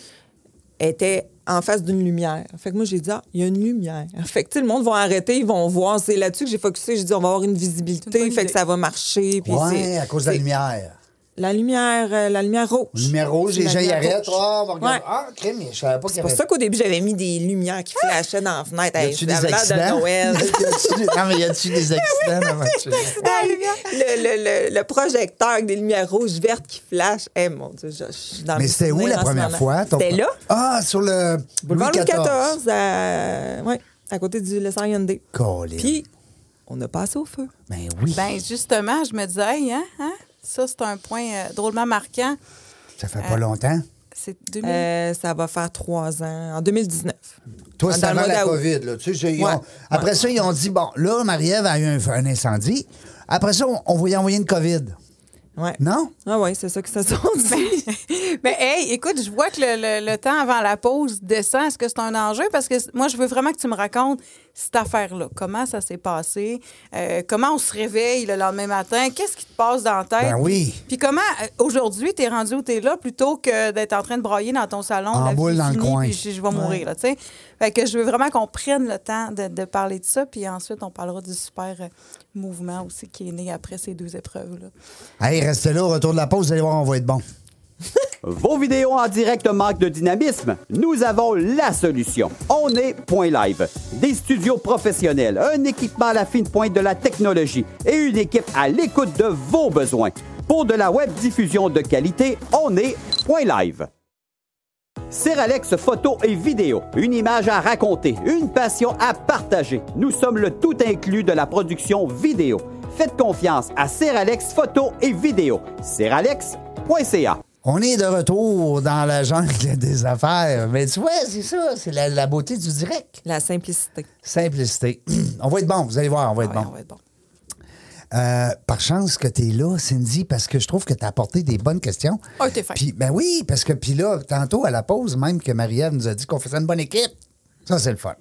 S3: était en face d'une lumière. Fait que moi, j'ai dit, ah, il y a une lumière. *laughs* Fait que, tu sais, le monde va arrêter, ils vont voir. C'est là-dessus que j'ai focusé. J'ai dit, on va avoir une
S2: C'est une
S3: visibilité.
S2: bonne
S3: Fait
S2: idée.
S3: que ça va marcher. Puis
S1: ouais,
S3: c'est-
S1: à cause de la
S3: c'est-
S1: lumière.
S3: La lumière, euh, la lumière rouge.
S1: Numéro,
S3: C'est
S1: les
S3: la
S1: gens y
S3: lumière
S1: arrêtent.
S3: rouge.
S1: Ah, on va regarder.
S3: Ouais.
S1: Ah, crème, je savais pas qu'il y
S3: C'est pour
S1: avait
S3: ça qu'au début, j'avais mis des lumières qui flashaient dans la fenêtre.
S1: Y
S3: Hey,
S1: a-tu
S3: Ben, ça
S1: des
S3: avait l'air
S1: accidents?
S3: de Noël.
S1: *laughs* Y a-tu des- Non, mais y
S3: *laughs*
S1: a-tu des accidents avant que tu-
S3: Hey, le, le- le- le projecteur avec des lumières rouges vertes qui flashent. Eh mon Dieu, je, je suis dans
S1: Mais
S3: mes
S1: c'était où
S3: souvenirs
S1: la
S3: en ce
S1: première
S3: moment.
S1: fois? ton-
S3: C'était là,
S1: Ah, sur le
S3: boulevard Louis
S1: Louis XIV.
S3: XIV, à, ouais, à côté du Le Yandé.
S1: Colin.
S3: Puis, on a passé au feu.
S1: Ben oui,
S2: Ben justement, je me disais, hey, hein, hein, ça c'est un point euh, drôlement marquant.
S1: ça fait pas longtemps.
S2: C'est 2000.
S3: Euh, ça va faire trois ans, en 2019.
S1: Toi,
S3: Dans
S1: c'est
S3: le
S1: avant
S3: mois
S1: la
S3: d'août.
S1: COVID. Là. Tu sais, c'est- ils
S3: Ouais.
S1: ont- après
S3: Ouais.
S1: ça, ils ont dit bon, là, Marie-Ève a eu un, un incendie. Après ça, on, on va y envoyer une COVID.
S3: Ouais.
S1: Non?
S3: Ah ouais, c'est ça que ça sont
S2: *laughs*
S3: dit.
S2: Mais ben, hey, écoute, je vois que le, le- le temps avant la pause descend. Est-ce que c'est un enjeu? Parce que c- moi, je veux vraiment que tu me racontes cette affaire-là. Comment ça s'est passé? Euh, comment on se réveille le lendemain matin? Qu'est-ce qui te passe dans la tête?
S1: Ben oui.
S2: Puis comment, euh, aujourd'hui, t'es rendu où t'es là plutôt que d'être en train de broyer dans ton salon?
S1: En
S2: la vie
S1: boule
S2: est
S1: dans le
S2: finie,
S1: coin.
S2: Puis je, je vais mourir, là, tu sais. Fait que je veux vraiment qu'on prenne le temps de, de parler de ça. Puis ensuite, on parlera du super euh, mouvement aussi qui est né après ces deux épreuves-là.
S1: Allez, restez là, au retour de la pause, vous allez voir, on va être bon.
S4: Vos vidéos en direct manquent de dynamisme? Nous avons la solution. On est Point Live. Des studios professionnels, un équipement à la fine pointe de la technologie et une équipe à l'écoute de vos besoins. Pour de la web diffusion de qualité, on est Point Live. Seralex photo et vidéo, une image à raconter, une passion à partager. Nous sommes le tout inclus de la production vidéo. Faites confiance à Seralex photo et vidéo. Seralex.ca
S1: On est de retour dans la jungle *laughs* des affaires. Mais tu vois, c'est ça, c'est la, la beauté du direct.
S3: La simplicité. Ah
S1: Simplicité. *clears throat* on va être bon, vous allez voir, on va être
S2: Ouais,
S1: bon.
S2: on va être bon.
S1: Euh, par chance que tu es là, Cindy, parce que je trouve que tu as apporté des bonnes questions.
S2: Ah, t'es fin.
S1: Puis, ben oui, parce que puis là, tantôt à la pause, même que Marie-Ève nous a dit qu'on faisait une bonne équipe. Ça, c'est le fun.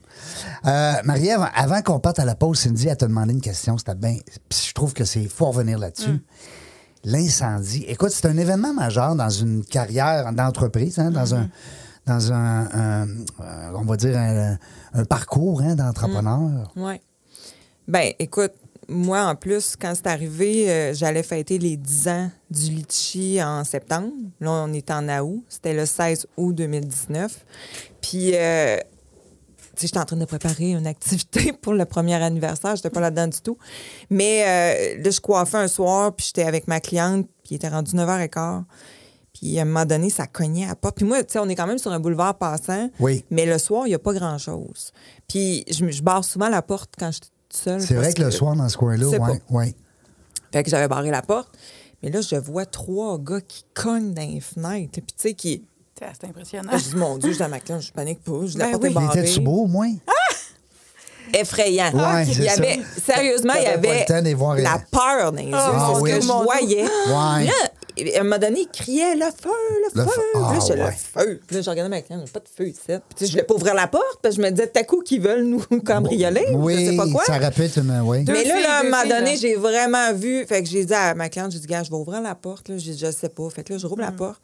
S1: Euh, Marie-Ève, avant qu'on parte à la pause, Cindy, elle t'a demandé une question. C'était bien. Puis je trouve que c'est. faut revenir là-dessus.
S2: Mm.
S1: L'incendie. Écoute, c'est un événement majeur dans une carrière d'entreprise, hein, dans un.
S2: Mm-hmm.
S1: Dans un, un- euh, on va dire, un, un parcours hein,
S2: Mm.
S1: d'entrepreneur.
S3: Ouais. Ben, écoute, moi, en plus, quand c'est arrivé, euh, j'allais fêter les 10 ans du litchi en septembre. Là, on est en août. C'était le 16 août 2019. Puis, euh, tu sais, j'étais en train de préparer une activité *laughs* pour le premier anniversaire. J'étais pas là-dedans du tout. Mais euh, là, je coiffais un soir, puis j'étais avec ma cliente, puis il était rendu 9h15. Puis à un moment donné, ça cognait à pas. Puis moi, tu sais, on est quand même sur un boulevard passant.
S1: Oui.
S3: Mais le soir, il n'y a pas grand-chose. Puis je, me- je barre souvent la porte quand je suis toute seule.
S1: C'est vrai
S3: parce
S1: que le soir, dans ce coin-là,
S3: Je sais
S1: ouais, ouais.
S3: fait que j'avais barré la porte. Mais là, je vois trois gars qui cognent dans les fenêtres. Puis tu sais, qui.
S2: C'est c'est impressionnant.
S3: Là, je dis, mon Dieu, je suis dans ma cloche, je panique pas, je la
S2: Ben
S3: porte
S2: oui.
S3: est
S1: Mais
S3: barrée.
S1: Étais-tu beau au moins?
S3: Ah, Effrayant.
S1: Ouais,
S3: il
S1: c'est
S3: y
S1: ça.
S3: avait, sérieusement, il y
S1: T'avais pas
S3: avait
S1: le temps d'y voir rien.
S3: la peur dans les yeux.
S2: Ah
S3: c'est ce
S1: oui.
S3: que je
S2: Mon Dieu.
S3: voyais.
S1: Ouais.
S3: Là, à un moment donné, il criait le feu, le,
S1: Le
S3: feu.
S1: feu.
S3: Puis
S1: Ah,
S3: là, je
S1: ouais.
S3: le feu. Puis là, je regardais ma cliente, j'ai pas de feu ici. Puis tu sais, je voulais pas ouvrir la porte parce que je me disais, t'as coup, qu'ils veulent nous *laughs* cambrioler.
S1: Oui,
S3: je sais pas quoi.
S1: ça répète une. Oui.
S2: Deux
S3: Mais là,
S2: filles,
S3: là, à un
S2: deux
S3: moment
S2: filles,
S3: donné,
S2: là.
S3: j'ai vraiment vu. Fait que j'ai dit à ma cliente, j'ai dit, gars, je vais ouvrir la porte. Là. J'ai dit, je sais pas. Fait que là, je
S2: Mm.
S3: rouvre la porte.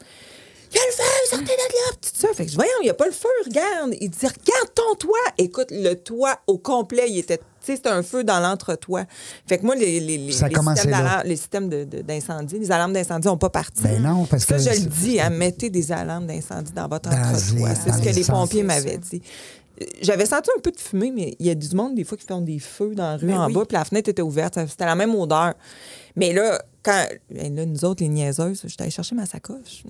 S3: Il y a le feu, sortez de là, pis tout ça. Fait que je dis, voyons, il n'y a pas le feu, regarde. Il dit, regarde ton toit. Écoute, le toit au complet, il était. Tu sais, c'était un feu dans l'entre-toit. Fait que moi, les, les, les,
S1: Ça
S3: les
S1: commençait
S3: systèmes,
S1: là.
S3: d'alarme- les systèmes de- de- d'incendie, les alarmes d'incendie n'ont pas parti.
S1: Ben non, parce
S3: ça,
S1: que
S3: je
S1: c'est-
S3: le dis, hein, mettez des alarmes d'incendie dans votre
S1: Dans
S3: entre-toit.
S1: les-
S3: C'est
S1: dans
S3: ce que
S1: les
S3: les,
S1: sens.
S3: pompiers m'avaient dit. Euh, J'avais senti un peu de fumée, mais il y a du monde, des fois, qui font des feux dans la rue
S2: Ben
S3: en
S2: oui.
S3: bas, puis la fenêtre était ouverte. Ça- C'était la même odeur. Mais là, Quand, ben là, nous autres, les niaiseuses, j'étais allée chercher
S1: *laughs*
S3: ma sacoche.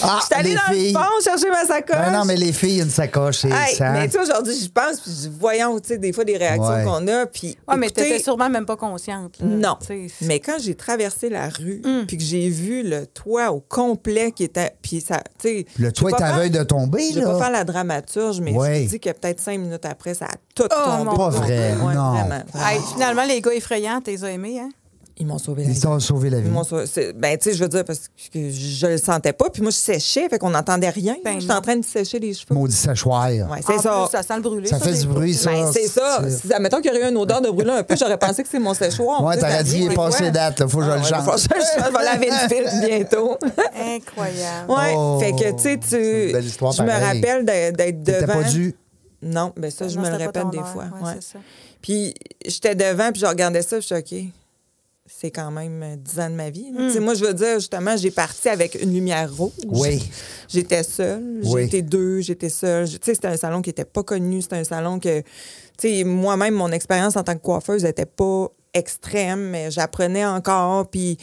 S1: Ah,
S3: j'étais allée
S1: les
S3: dans
S1: filles.
S3: le fond chercher ma sacoche.
S1: Ben non, mais les filles, une sacoche, c'est
S3: Hey,
S1: ça.
S3: mais tu sais, aujourd'hui, je pense, puis je- voyons, tu sais, des fois, des réactions
S1: Ouais.
S3: qu'on a, puis...
S2: Ouais, mais
S3: écoutez,
S2: t'étais sûrement même pas consciente. là.
S3: Non,
S2: Tu sais, Mm.
S3: mais quand j'ai traversé la rue, puis que j'ai vu le toit au complet qui était... Puis ça, tu sais...
S1: Le toit
S3: je vais
S1: est à
S3: pas
S1: veille
S3: faire-
S1: de tomber,
S3: Je vais pas faire
S1: là.
S3: la dramaturge, mais
S1: Ouais.
S3: je me dis que peut-être cinq minutes après, ça a tout
S2: Oh, mon
S3: tombé.
S2: Pas
S1: vrai,
S3: Ouais,
S1: non. Ah,
S3: vraiment, vraiment.
S2: Hey, finalement, les gars effrayants, t'es aimés, hein?
S3: Ils m'ont sauvé la
S1: Ils
S3: vie.
S1: t'ont sauvé la vie.
S3: Ils m'ont sauvé- c'est- Ben, tu sais, je veux dire, parce que je le sentais pas. Puis moi, je séchais, fait qu'on n'entendait rien.
S2: Ben
S3: J'étais
S2: non.
S3: en train de sécher les cheveux.
S1: Maudit sachoir.
S3: Ouais,
S2: En
S3: c'est ça.
S2: plus, ça sent le brûler.
S1: Ça fait
S2: des
S1: du
S2: fois.
S1: bruit, ça.
S3: Ben, c'est ça. Si, admettons qu'il y aurait eu une odeur de brûlant un peu, j'aurais pensé que c'est mon séchoir.
S1: Ouais,
S3: Tu sais,
S1: t'aurais
S3: ça
S1: dit,
S3: vient,
S1: il est
S3: des fois.
S1: passé date, là, faut que je
S3: Ah,
S1: le
S3: ouais,
S1: change.
S3: faut que Je le change, je vais laver le filtre bientôt.
S2: *laughs* Incroyable.
S3: Ouais,
S1: *laughs* Oh,
S3: fait que tu sais, tu.
S1: c'est une belle histoire
S3: je me
S1: pareille.
S3: rappelle d'être d'être
S1: T'étais pas
S3: devant.
S1: dû.
S3: Non, ben ça, je
S2: Non,
S3: me le
S2: c'était pas ton
S3: répète des
S2: heure.
S3: fois.
S2: Ouais,
S3: ouais.
S2: c'est ça.
S3: Puis j'étais devant, puis je regardais ça, puis je suis OK. C'est quand même euh, 10 ans de ma vie. là. Tu sais, Moi, je veux dire, justement, j'ai parti avec une lumière rouge.
S1: Oui.
S3: J'étais seule.
S1: Oui.
S3: J'étais deux, j'étais seule. Je- Tu sais, c'était un salon qui n'était pas connu. C'était un salon que, tu sais, moi-même, mon expérience en tant que coiffeuse n'était pas extrême, mais j'apprenais encore. Puis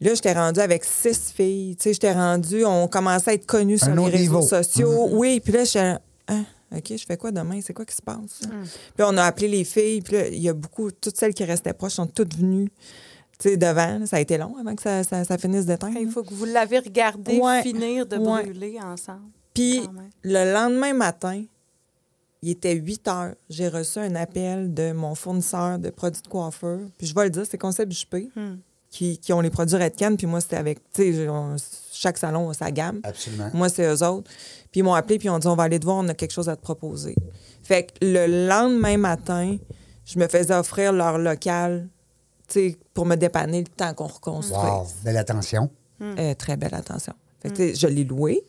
S3: là, j'étais rendue avec six filles. Tu sais, j'étais rendue, on commençait à être connus sur
S1: Un
S3: les
S1: autre
S3: réseaux
S1: niveau.
S3: sociaux. Oui, puis là, je suis allée, Ah, OK, je fais quoi demain? C'est quoi qui se passe?
S2: Hmm.
S3: là? Puis on a appelé les filles, puis là, il y a beaucoup, toutes celles qui restaient proches sont toutes venues. Tu sais, devant, là. ça a été long avant que ça, ça- ça finisse d'éteindre.
S2: Il faut que vous l'avez regardé
S3: Ouais.
S2: finir de
S3: Ouais.
S2: brûler ensemble.
S3: Puis
S2: Quand même.
S3: le lendemain matin, il était 8 heures. J'ai reçu un appel de mon fournisseur de produits de coiffeur. Puis je vais le dire, c'est Concept Juppé
S2: Hmm.
S3: qui, qui ont les produits Redken. Puis moi, c'était avec, tu sais, on- chaque salon a sa gamme.
S1: Absolument.
S3: Moi, c'est eux autres. Puis ils m'ont appelé, puis ils ont dit, on va aller te voir, on a quelque chose à te proposer. Fait que le lendemain matin, je me faisais offrir leur local, tu sais, pour me dépanner le temps qu'on reconstruise.
S1: Wow, belle attention.
S3: Euh, très belle attention. Fait que, tu sais, Je l'ai loué,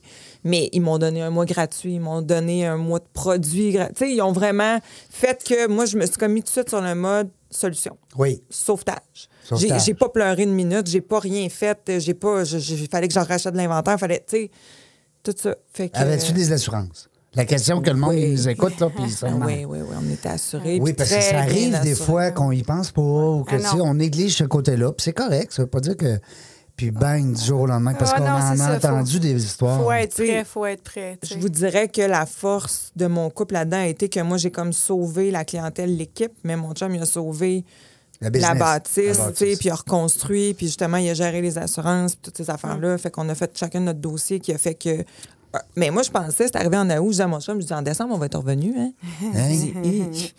S3: mais ils m'ont donné un mois gratuit, ils m'ont donné un mois de produits. gra- Tu sais, Ils ont vraiment fait que moi, je me suis commis tout de suite sur le mode solution.
S1: Oui.
S3: Sauvetage.
S1: Sauvetage.
S3: J'ai j'ai pas pleuré une minute, j'ai pas rien fait, euh, j'ai pas. Il fallait que j'en rachète de l'inventaire, fallait, tu sais, tout ça. Fait que,
S1: Avais-tu des assurances? La question que le monde
S3: Oui.
S1: nous écoute, là, puis ils se
S3: Ah
S1: demandent.
S3: oui, oui, oui, on était assurés.
S1: Oui,
S3: puis
S1: parce que
S3: très
S1: ça
S3: bien
S1: arrive des
S3: assurés.
S1: fois qu'on y pense pas ou que
S2: Ah
S1: tu
S2: non.
S1: sais, on néglige ce côté-là. Puis c'est correct, ça veut pas dire que. Puis bang, du jour au lendemain, parce
S2: Ah
S1: qu'on
S2: non,
S1: en a
S2: c'est ça, faut-
S1: entendu des histoires.
S2: Faut être
S3: tu sais,
S2: prêt, faut être prêt. tu
S3: Je
S2: sais.
S3: vous dirais que la force de mon couple là-dedans a été que moi, j'ai comme sauvé la clientèle, l'équipe, mais mon chum, il a sauvé
S1: Le business.
S3: la bâtisse,
S1: La bâtisse.
S3: tu sais, puis il a reconstruit, puis justement, il a géré les assurances, puis toutes ces affaires-là. Fait qu'on a fait chacun notre dossier qui a fait que. Euh, Mais moi, je pensais, c'est arrivé en août, je disais à mon chum, je dis en décembre, on va être revenu,
S1: *laughs*
S3: hein?
S1: Hein?
S3: Il dit, Hi.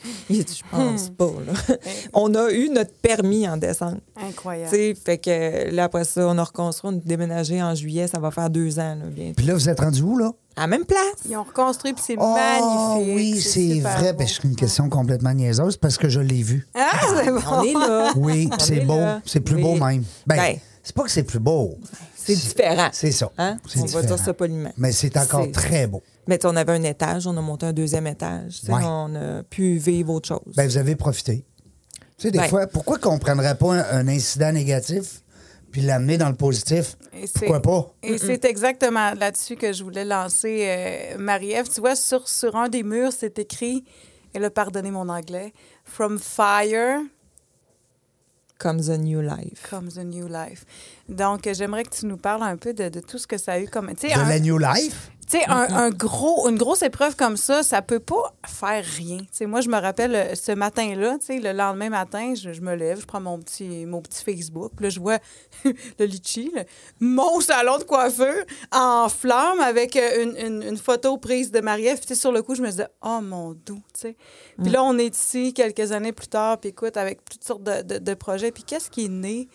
S1: *laughs*
S3: Il dit, je pense pas, là. On a eu notre permis en décembre. Tu
S2: Incroyable.
S3: sais, fait que là, après ça, on a reconstruit, on a déménagé en juillet, ça va faire deux ans, là, bientôt.
S1: Puis là, vous êtes rendu où, là?
S3: À la même place.
S2: Ils ont reconstruit, puis c'est
S1: Ah
S2: magnifique.
S1: oui, c'est
S2: super
S1: vrai.
S2: beau.
S1: Ben, c'est une question complètement niaiseuse parce que je l'ai vu.
S2: Ah, c'est bon.
S3: On est *laughs* là.
S1: Oui,
S3: On
S1: puis c'est
S3: est
S1: beau.
S3: là.
S1: C'est plus
S3: Oui.
S1: beau même. Ben,
S3: Ben,
S1: c'est pas que c'est plus beau.
S3: c'est différent.
S1: C'est ça.
S3: Hein?
S1: C'est
S3: On va dire
S1: différent.
S3: ça poliment.
S1: Mais c'est encore
S3: C'est-
S1: très beau.
S3: Mais tu sais, on avait un étage, on a monté un deuxième étage. tu sais,
S1: Ouais.
S3: On a pu vivre autre chose.
S1: Ben, vous avez profité. Tu sais, des
S3: Ben.
S1: fois, pourquoi qu'on prendrait pas un, un incident négatif puis l'amener dans le positif?
S2: Et c'est-
S1: Pourquoi pas?
S2: Et c'est exactement là-dessus que je voulais lancer euh, Marie-Ève. Tu vois, sur, sur un des murs, c'est écrit, et là, pardonnez mon anglais, From fire
S3: Comme The New Life.
S2: comes a new life. Donc, euh, j'aimerais que tu nous parles un peu de, de tout ce que ça a eu comme. tu sais,
S1: De
S2: un-
S1: la New Life?
S2: Tu sais, un, un gros, une grosse épreuve comme ça, ça peut pas faire rien. Tu sais, moi, je me rappelle euh, ce matin-là, tu sais, le lendemain matin, je, je me lève, je prends mon petit, mon petit Facebook, puis là, je vois *laughs* le litchi, là, mon salon de coiffeur en flamme avec euh, une, une- une photo prise de Marie-Ève. Tu sais, sur le coup, je me disais, oh mon doux, tu sais. Puis là, on est ici quelques années plus tard, puis écoute, avec toutes sortes de, de- de projets. Puis qu'est-ce qui est né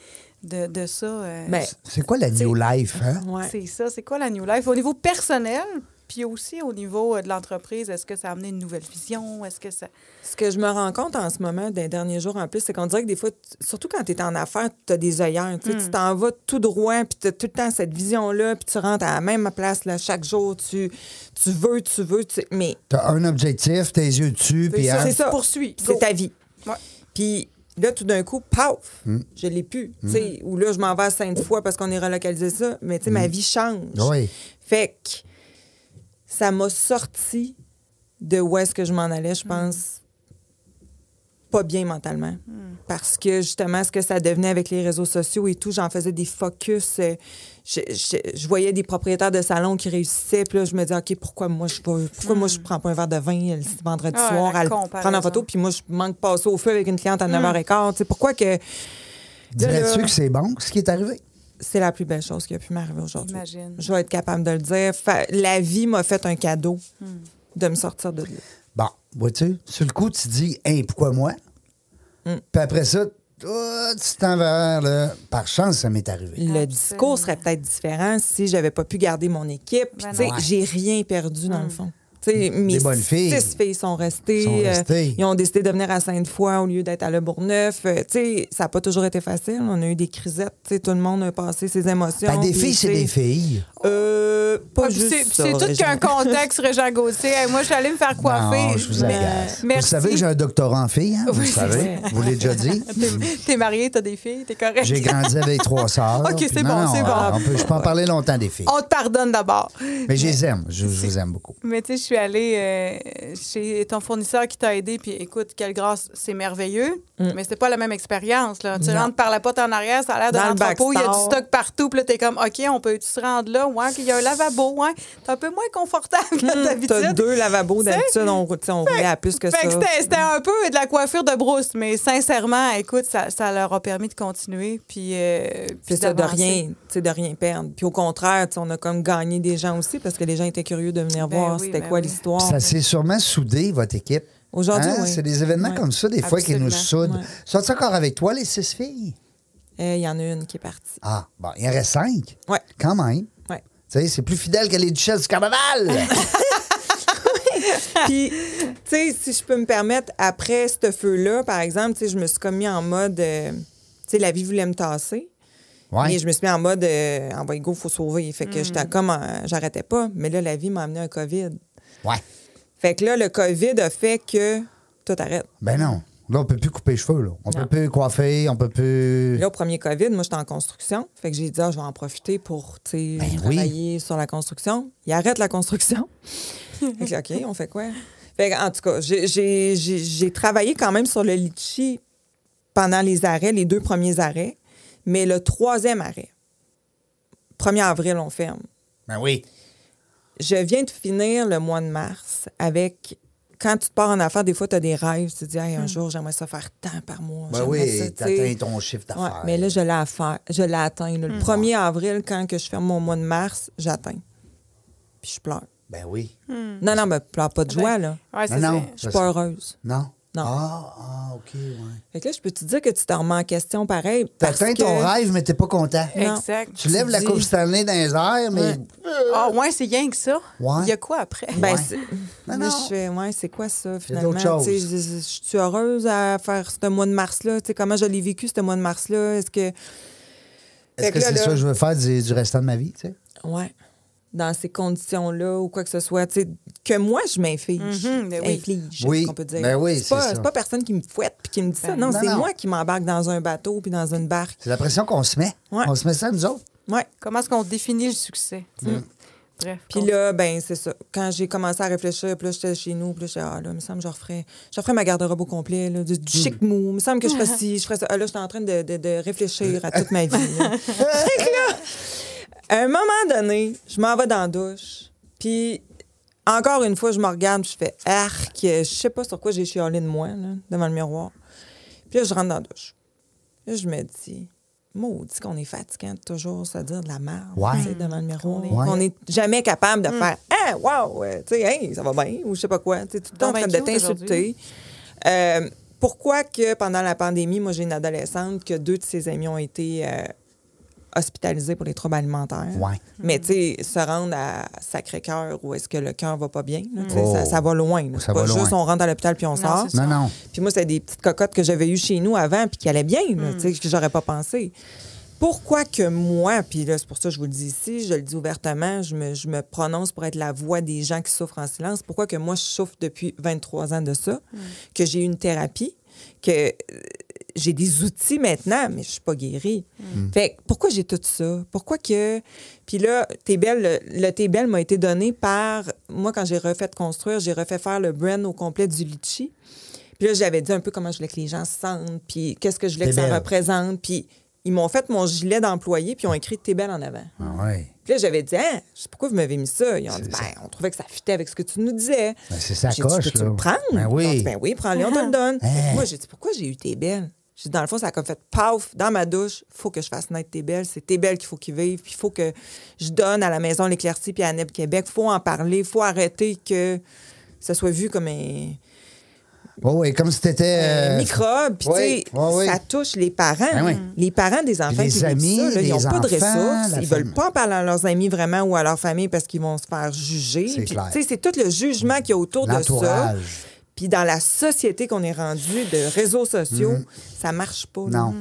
S2: de, de ça? euh,
S3: Mais
S1: C'est quoi la New Life? Hein?
S3: ouais.
S2: c'est ça. C'est quoi la New Life au niveau personnel, puis aussi au niveau euh, de l'entreprise? Est-ce que ça a amené une nouvelle vision? Est-ce que ça.
S3: ce que je me rends compte en ce moment, des derniers jours en plus, c'est qu'on dirait que des fois, t- surtout quand tu es en affaires, tu as des œillères. tu sais, Tu t'en vas tout droit, puis tu as tout le temps cette vision-là, puis tu rentres à la même place là, chaque jour. Tu, tu veux, tu veux, tu- mais
S1: T'as un objectif, tes yeux dessus, puis
S3: ça,
S1: hein,
S3: c'est ça.
S2: Poursuis.
S3: C'est
S2: Go.
S3: ta vie.
S2: Ouais.
S3: Puis là, tout d'un coup, paf,
S1: Hmm.
S3: je l'ai plus. Tu sais, Ou là, je m'en vais à Sainte-Foy parce qu'on est relocalisé ça. Mais tu sais,
S1: Hmm.
S3: ma vie change.
S1: Oui.
S3: Fait que ça m'a sorti
S2: Mm. Mm.
S3: de où est-ce que je m'en allais, je pense, pas bien mentalement. parce que justement, ce que ça devenait avec les réseaux sociaux et tout, j'en faisais des focus. euh, Je, je- je voyais des propriétaires de salons qui réussissaient, puis là, je me disais, OK, pourquoi moi, je vais- pourquoi moi, je prends pas un verre de vin euh, le vendredi
S2: Ah,
S3: soir
S2: Mm. la
S3: à le prendre
S2: comparaison. Mm.
S3: en photo, puis moi, je manque passer au feu avec une cliente à 9h15. Tu sais, Pourquoi que. Là, là,
S1: Dirais-tu que c'est bon, ce qui est arrivé?
S3: c'est la plus belle chose qui a pu m'arriver aujourd'hui.
S2: J'imagine.
S3: Je vais être capable de le dire. Fa- la vie m'a fait un cadeau
S2: Mm.
S3: de me sortir de là.
S1: Bon, vois-tu, sur le coup, tu dis, hey, pourquoi moi?
S2: Mm.
S1: Puis après ça, toi, tu t'en vas vers le. Par chance, ça m'est arrivé.
S3: Le discours serait peut-être différent si j'avais pas pu garder mon équipe. Puis,
S2: Ben Mm.
S3: tu sais,
S1: non.
S3: j'ai rien perdu dans le fond. Tu sais, mes
S1: bonnes filles.
S3: six filles sont restées.
S1: Sont
S3: euh,
S1: restées.
S3: ils ont décidé de venir à Sainte-Foy au lieu d'être à Le Bourgneuf. Euh, tu sais, ça n'a pas toujours été facile. On a eu des crisettes. Tu sais, tout le monde a passé ses émotions.
S1: Ben, des
S3: Puis,
S1: filles,
S3: tu
S1: c'est
S3: sais,
S1: des filles.
S3: Euh, pas
S2: Ah, puis
S3: juste
S2: c'est
S3: ça,
S2: c'est tout qu'un
S3: Régina.
S2: contexte, Régent Gauthier. Hey, moi, je suis allée me faire coiffer.
S1: Non, je vous
S2: Mais-
S1: agace. Vous
S2: Merci.
S1: savez que j'ai un doctorat en filles, hein? Vous le
S2: Oui, c'est
S1: savez.
S3: ça.
S1: Vous l'avez déjà
S2: *laughs*
S1: dit.
S2: T'es- *laughs* T'es marié, t'as des filles, t'es correct.
S1: J'ai grandi avec trois sœurs.
S2: Ok,
S1: puis
S2: c'est
S1: non,
S2: bon,
S1: non, euh,
S2: c'est bon. Oh,
S1: on peut- je peux en parler longtemps des filles.
S2: On te pardonne d'abord.
S1: Mais je les aime. Je, je vous aime beaucoup.
S2: Mais tu sais, je suis allée euh, chez ton fournisseur qui t'a aidé, puis écoute, quelle grâce, c'est merveilleux.
S3: Mm.
S2: Mais c'était pas la même expérience. là. Tu rentres par la porte en arrière, ça a l'air
S3: Dans
S2: d'un
S3: le
S2: entrepôt, il y a du
S3: backstore.
S2: stock partout, puis là, t'es comme, OK, on peut se rendre là, ouais, qu'il y a un lavabo, ouais. T'es un peu moins confortable que d'habitude.
S3: Mm, T'as deux lavabos
S2: Tu sais?
S3: d'habitude, on, tu sais, on roulait à plus que ça.
S2: Fait que c'était- c'était un peu de la coiffure de brousse, mais sincèrement, écoute, ça, ça leur a permis de continuer. Puis, euh, puis
S3: C'est ça, de
S2: d'avancer.
S3: rien, tu sais, de rien perdre. Puis au contraire, tu sais, on a comme gagné des gens aussi parce que les gens étaient curieux de venir
S2: Ben
S3: voir
S2: oui,
S3: c'était
S2: ben
S3: quoi
S2: oui.
S3: l'histoire.
S1: Puis Ça s'est sûrement soudé, votre équipe. Hein?
S3: Aujourd'hui, oui.
S1: C'est des événements
S3: Ouais.
S1: comme ça, des fois, qui nous
S2: Absolument.
S1: soudent.
S3: Ouais.
S1: Sont-ils encore avec toi, les six filles?
S3: Euh, Il y en a une qui est partie.
S1: Ah, bon, il en reste cinq.
S3: Ouais.
S1: Quand même.
S3: Ouais. *laughs*
S1: Tu sais, c'est plus fidèle que les duchesses du carnaval.
S3: Puis, tu sais, si je peux me permettre, après ce feu-là, par exemple, tu sais, je me suis comme mis en mode, euh, tu sais, la vie voulait me tasser.
S1: ouais.
S3: Mais je me suis mis en mode, euh, en go, faut sauver. Fait que j'étais comme, en- j'arrêtais pas. Mais là, la vie m'a amené un COVID.
S1: ouais.
S3: Fait que là, le COVID a fait que tout arrête.
S1: Ben non. Là, on peut plus couper les cheveux, là. On peut plus coiffer, on peut plus.
S3: Là, au premier COVID, moi, j'étais en construction. Fait que j'ai dit, ah, je vais en profiter pour tu sais,
S1: Ben oui.
S3: travailler sur la construction. Il arrête la construction. Fait que j'ai dit, OK, on fait quoi? Fait que, en tout cas, j'ai- j'ai j'ai- j'ai travaillé quand même sur le litchi pendant les arrêts, les deux premiers arrêts. Mais le troisième arrêt, 1er avril, on ferme.
S1: Ben oui.
S3: Je viens de finir le mois de mars avec. Quand tu te pars en affaires, des fois, tu as des rêves. Tu te dis, Hey, un jour, j'aimerais ça faire tant par mois.
S1: Ben
S3: J'aimerais ça,
S1: oui,
S3: tu sais.
S1: t'atteins ton chiffre
S3: Ouais,
S1: d'affaires. Mm.
S3: mais là, je l'ai à faire. Je l'ai atteint. là. Le 1er avril, quand que je ferme mon mois de mars, j'atteins. Puis je pleure.
S1: Ben oui.
S3: Non, non, mais pleure pas de joie, là.
S2: Ouais, c'est
S1: Non, non.
S2: ça.
S3: Je suis
S1: Eh ben, Ça,
S3: pas
S1: c'est-
S3: heureuse.
S1: Non?
S3: Non.
S1: Ah, ah, OK, ouais.
S3: Fait que là, je peux te dire que tu te remets en question pareil. parce
S1: T'atteins ton
S3: que-
S1: rêve, mais t'es pas content.
S3: Non.
S2: Exact.
S1: Tu lèves la
S3: dis-
S1: coupe Stanley dans les airs, mais.
S2: Ah, ouais, c'est rien que ça.
S1: Ouais.
S2: Il y a quoi après?
S3: Ben,
S1: Ouais.
S3: c'est-
S1: Non,
S3: là,
S1: non.
S3: je fais, ouais, c'est quoi ça, finalement?
S1: d'autres choses.
S3: Tu sais, Je je- je suis heureuse à faire ce mois de mars-là. Tu sais, comment je l'ai vécu, ce mois de mars-là? Est-ce que.
S1: Est-ce
S3: Fait
S1: que
S3: là,
S1: c'est
S3: là-
S1: ça que je veux faire du, du restant de ma vie, tu sais?
S3: Ouais. Dans ces conditions-là ou quoi que ce soit, tu sais, que moi, je m'inflige.
S2: Mhm, ben oui.
S3: Inflige,
S1: Oui,
S3: ce qu'on peut dire.
S1: ben oui,
S3: c'est
S1: c'est
S3: pas,
S1: ça.
S3: c'est pas personne qui me fouette puis qui me dit ça. Non,
S1: non,
S3: c'est
S1: non.
S3: moi qui m'embarque dans un bateau puis dans une barque.
S1: C'est la pression qu'on se met.
S3: Ouais.
S1: On se met ça, nous autres.
S3: Ouais.
S2: Comment est-ce qu'on définit le succès? tu sais? Bref.
S3: Puis là, ben, c'est ça. Quand j'ai commencé à réfléchir, puis là, j'étais chez nous, puis là, j'étais, ah, là, il me semble que je referais, je referais ma garde-robe au complet, là, du, du chic mou. Il me semble que je ferais ci, je ferais ça. Ah, là, j'étais en train de, de- de réfléchir à toute ma vie. là. Fait que là, à un moment donné, je m'en vais dans la douche, puis encore une fois, je me regarde, puis je fais arc, je sais pas sur quoi j'ai chialé de moi, là, devant le miroir. Puis là, je rentre dans la douche. Là, je me dis, maudit qu'on est fatiguant de toujours se dire de la merde
S1: Ouais.
S3: tu sais, devant le miroir.
S1: Ouais.
S3: On n'est jamais capable de faire Ah, wow, euh, tu sais, hey, ça va bien, ou je sais pas quoi. Tu sais, tout le temps en
S2: Donc,
S3: train de
S2: ben cute
S3: t'insulter. Euh, pourquoi que pendant la pandémie, moi, j'ai une adolescente que deux de ses amis ont été euh, hospitalisés pour les troubles alimentaires.
S1: Ouais.
S3: Mais tu sais, se rendre à Sacré-Cœur où est-ce que le cœur va pas bien, là, tu sais,
S1: Oh.
S3: ça, ça va loin. là.
S1: Ça
S3: C'est
S1: va
S3: pas
S1: loin.
S3: juste on rentre à l'hôpital puis on sort.
S2: c'est
S1: Non, non.
S3: Puis moi, c'était des petites cocottes que j'avais eues chez nous avant, puis qui allaient bien, là, tu sais, que j'aurais pas pensé. Pourquoi que moi, puis là, c'est pour ça que je vous le dis ici, je le dis ouvertement, je me, je me prononce pour être la voix des gens qui souffrent en silence, pourquoi que moi, je souffre depuis 23 ans de ça, que j'ai eu une thérapie, que euh, j'ai des outils maintenant, mais je suis pas guérie.
S1: Mm.
S3: Fait que pourquoi j'ai tout ça? Pourquoi que... Puis là, T'es belle, le, le T'es belle m'a été donné par... Moi, quand j'ai refait construire, j'ai refait faire le brand au complet du litchi. Puis là, j'avais dit un peu comment je voulais que les gens se sentent, puis qu'est-ce que je voulais
S1: T'es
S3: que ça
S1: belle.
S3: représente. Puis ils m'ont fait mon gilet d'employé, puis ils ont écrit T'es belle en avant.
S1: Ah ouais.
S3: Puis là, j'avais dit, hein, je sais pourquoi vous m'avez mis ça. Ils ont dit,
S1: C'est ça.
S3: ben, on trouvait que ça fitait avec ce que tu nous disais.
S1: Ben, c'est ça,
S3: J'ai dit,
S1: coche,
S3: Peux-tu
S1: là.
S3: le prendre?
S1: Ben oui.
S3: Ils ont dit, ben oui, prends-le, on te le donne.
S1: Hein.
S3: Moi, j'ai dit, pourquoi j'ai eu tes belles? J'ai dit, dans le fond, ça a comme fait paf, dans ma douche, faut que je fasse naître tes belles. C'est tes belles qu'il faut qu'ils vivent. Puis il faut que je donne à la Maison L'Éclaircie puis à NEB Québec. faut en parler. faut arrêter que ça soit vu comme un.
S1: Oh, oui, comme si t'étais.
S3: Euh,
S1: euh,
S3: microbes, puis
S1: oui,
S3: tu sais,
S1: oui, oui.
S3: ça touche les parents.
S1: Ben oui.
S3: Les parents des enfants
S1: les
S3: qui vivent
S1: amis,
S3: ça, là,
S1: les
S3: ils n'ont pas de
S1: enfants,
S3: ressources.
S1: la
S3: Ils
S1: famille.
S3: veulent pas en parler à leurs amis vraiment ou à leur famille parce qu'ils vont se faire juger.
S1: C'est
S3: Puis,
S1: clair.
S3: tu sais, C'est tout le jugement qu'il y a autour de ça.
S1: L'entourage.
S3: Puis dans la société qu'on est rendu de réseaux sociaux, ça marche pas. là.
S1: Mhm. Non.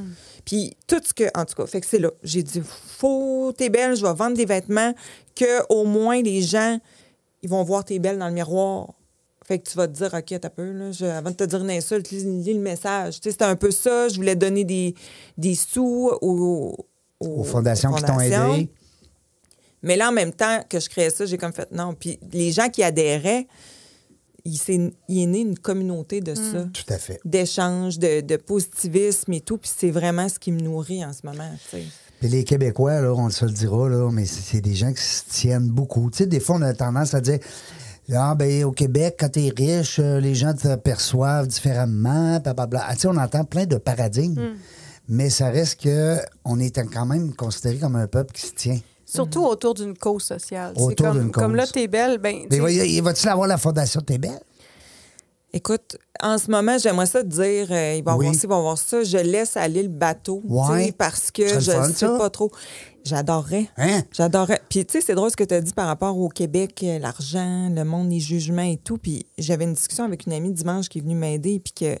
S3: Puis tout ce que, en tout cas, fait que c'est là. J'ai dit, faut, t'es belle, je vais vendre des vêtements que au moins les gens, ils vont voir t'es belle dans le miroir. Fait que tu vas te dire, OK, t'as peu, là, je- avant de te dire une insulte, lis, lis le message. Tu sais, c'était un peu ça. Je voulais donner des, des sous aux, aux-
S1: Aux fondations
S3: aux
S1: qui t'ont
S3: fondations.
S1: aidé.
S3: Mais là, en même temps que je créais ça, j'ai comme fait non. Puis les gens qui adhéraient, il, s'est- il est né une communauté de ça,
S1: Tout à fait.
S3: d'échanges, de, de positivisme et tout. Puis c'est vraiment ce qui me nourrit en ce moment. tu sais.
S1: Puis les Québécois, là, on se le dira, là, mais c'est c'est des gens qui se tiennent beaucoup. Tu sais, des fois, on a tendance à dire Ah, ben, au Québec, quand t'es riche, euh, les gens te perçoivent différemment, blablabla. Ah, tu sais, on entend plein de paradigmes.
S3: Hmm.
S1: Mais ça reste que on est quand même considéré comme un peuple qui se tient.
S2: Surtout autour d'une cause sociale. C'est
S1: euh, Autour
S2: comme,
S1: d'une cause.
S2: Comme là, t'es belle, ben,
S1: Mais
S2: tu sais,
S1: va- va-t-il avoir la fondation T'es belle?
S3: Écoute, en ce moment, j'aimerais ça te dire, euh, il va y
S1: Oui.
S3: avoir ça, il va y avoir ça. Je laisse aller le bateau, tu
S1: Ouais.
S3: sais, parce
S1: Ça serait
S3: que
S1: le
S3: je
S1: fun,
S3: ne sais
S1: ça.
S3: pas trop. J'adorerais.
S1: Hein?
S3: J'adorais. Puis, tu sais, c'est drôle ce que tu as dit par rapport au Québec, euh, l'argent, le monde, les jugements et tout. Puis, j'avais une discussion avec une amie dimanche qui est venue m'aider. Puis, que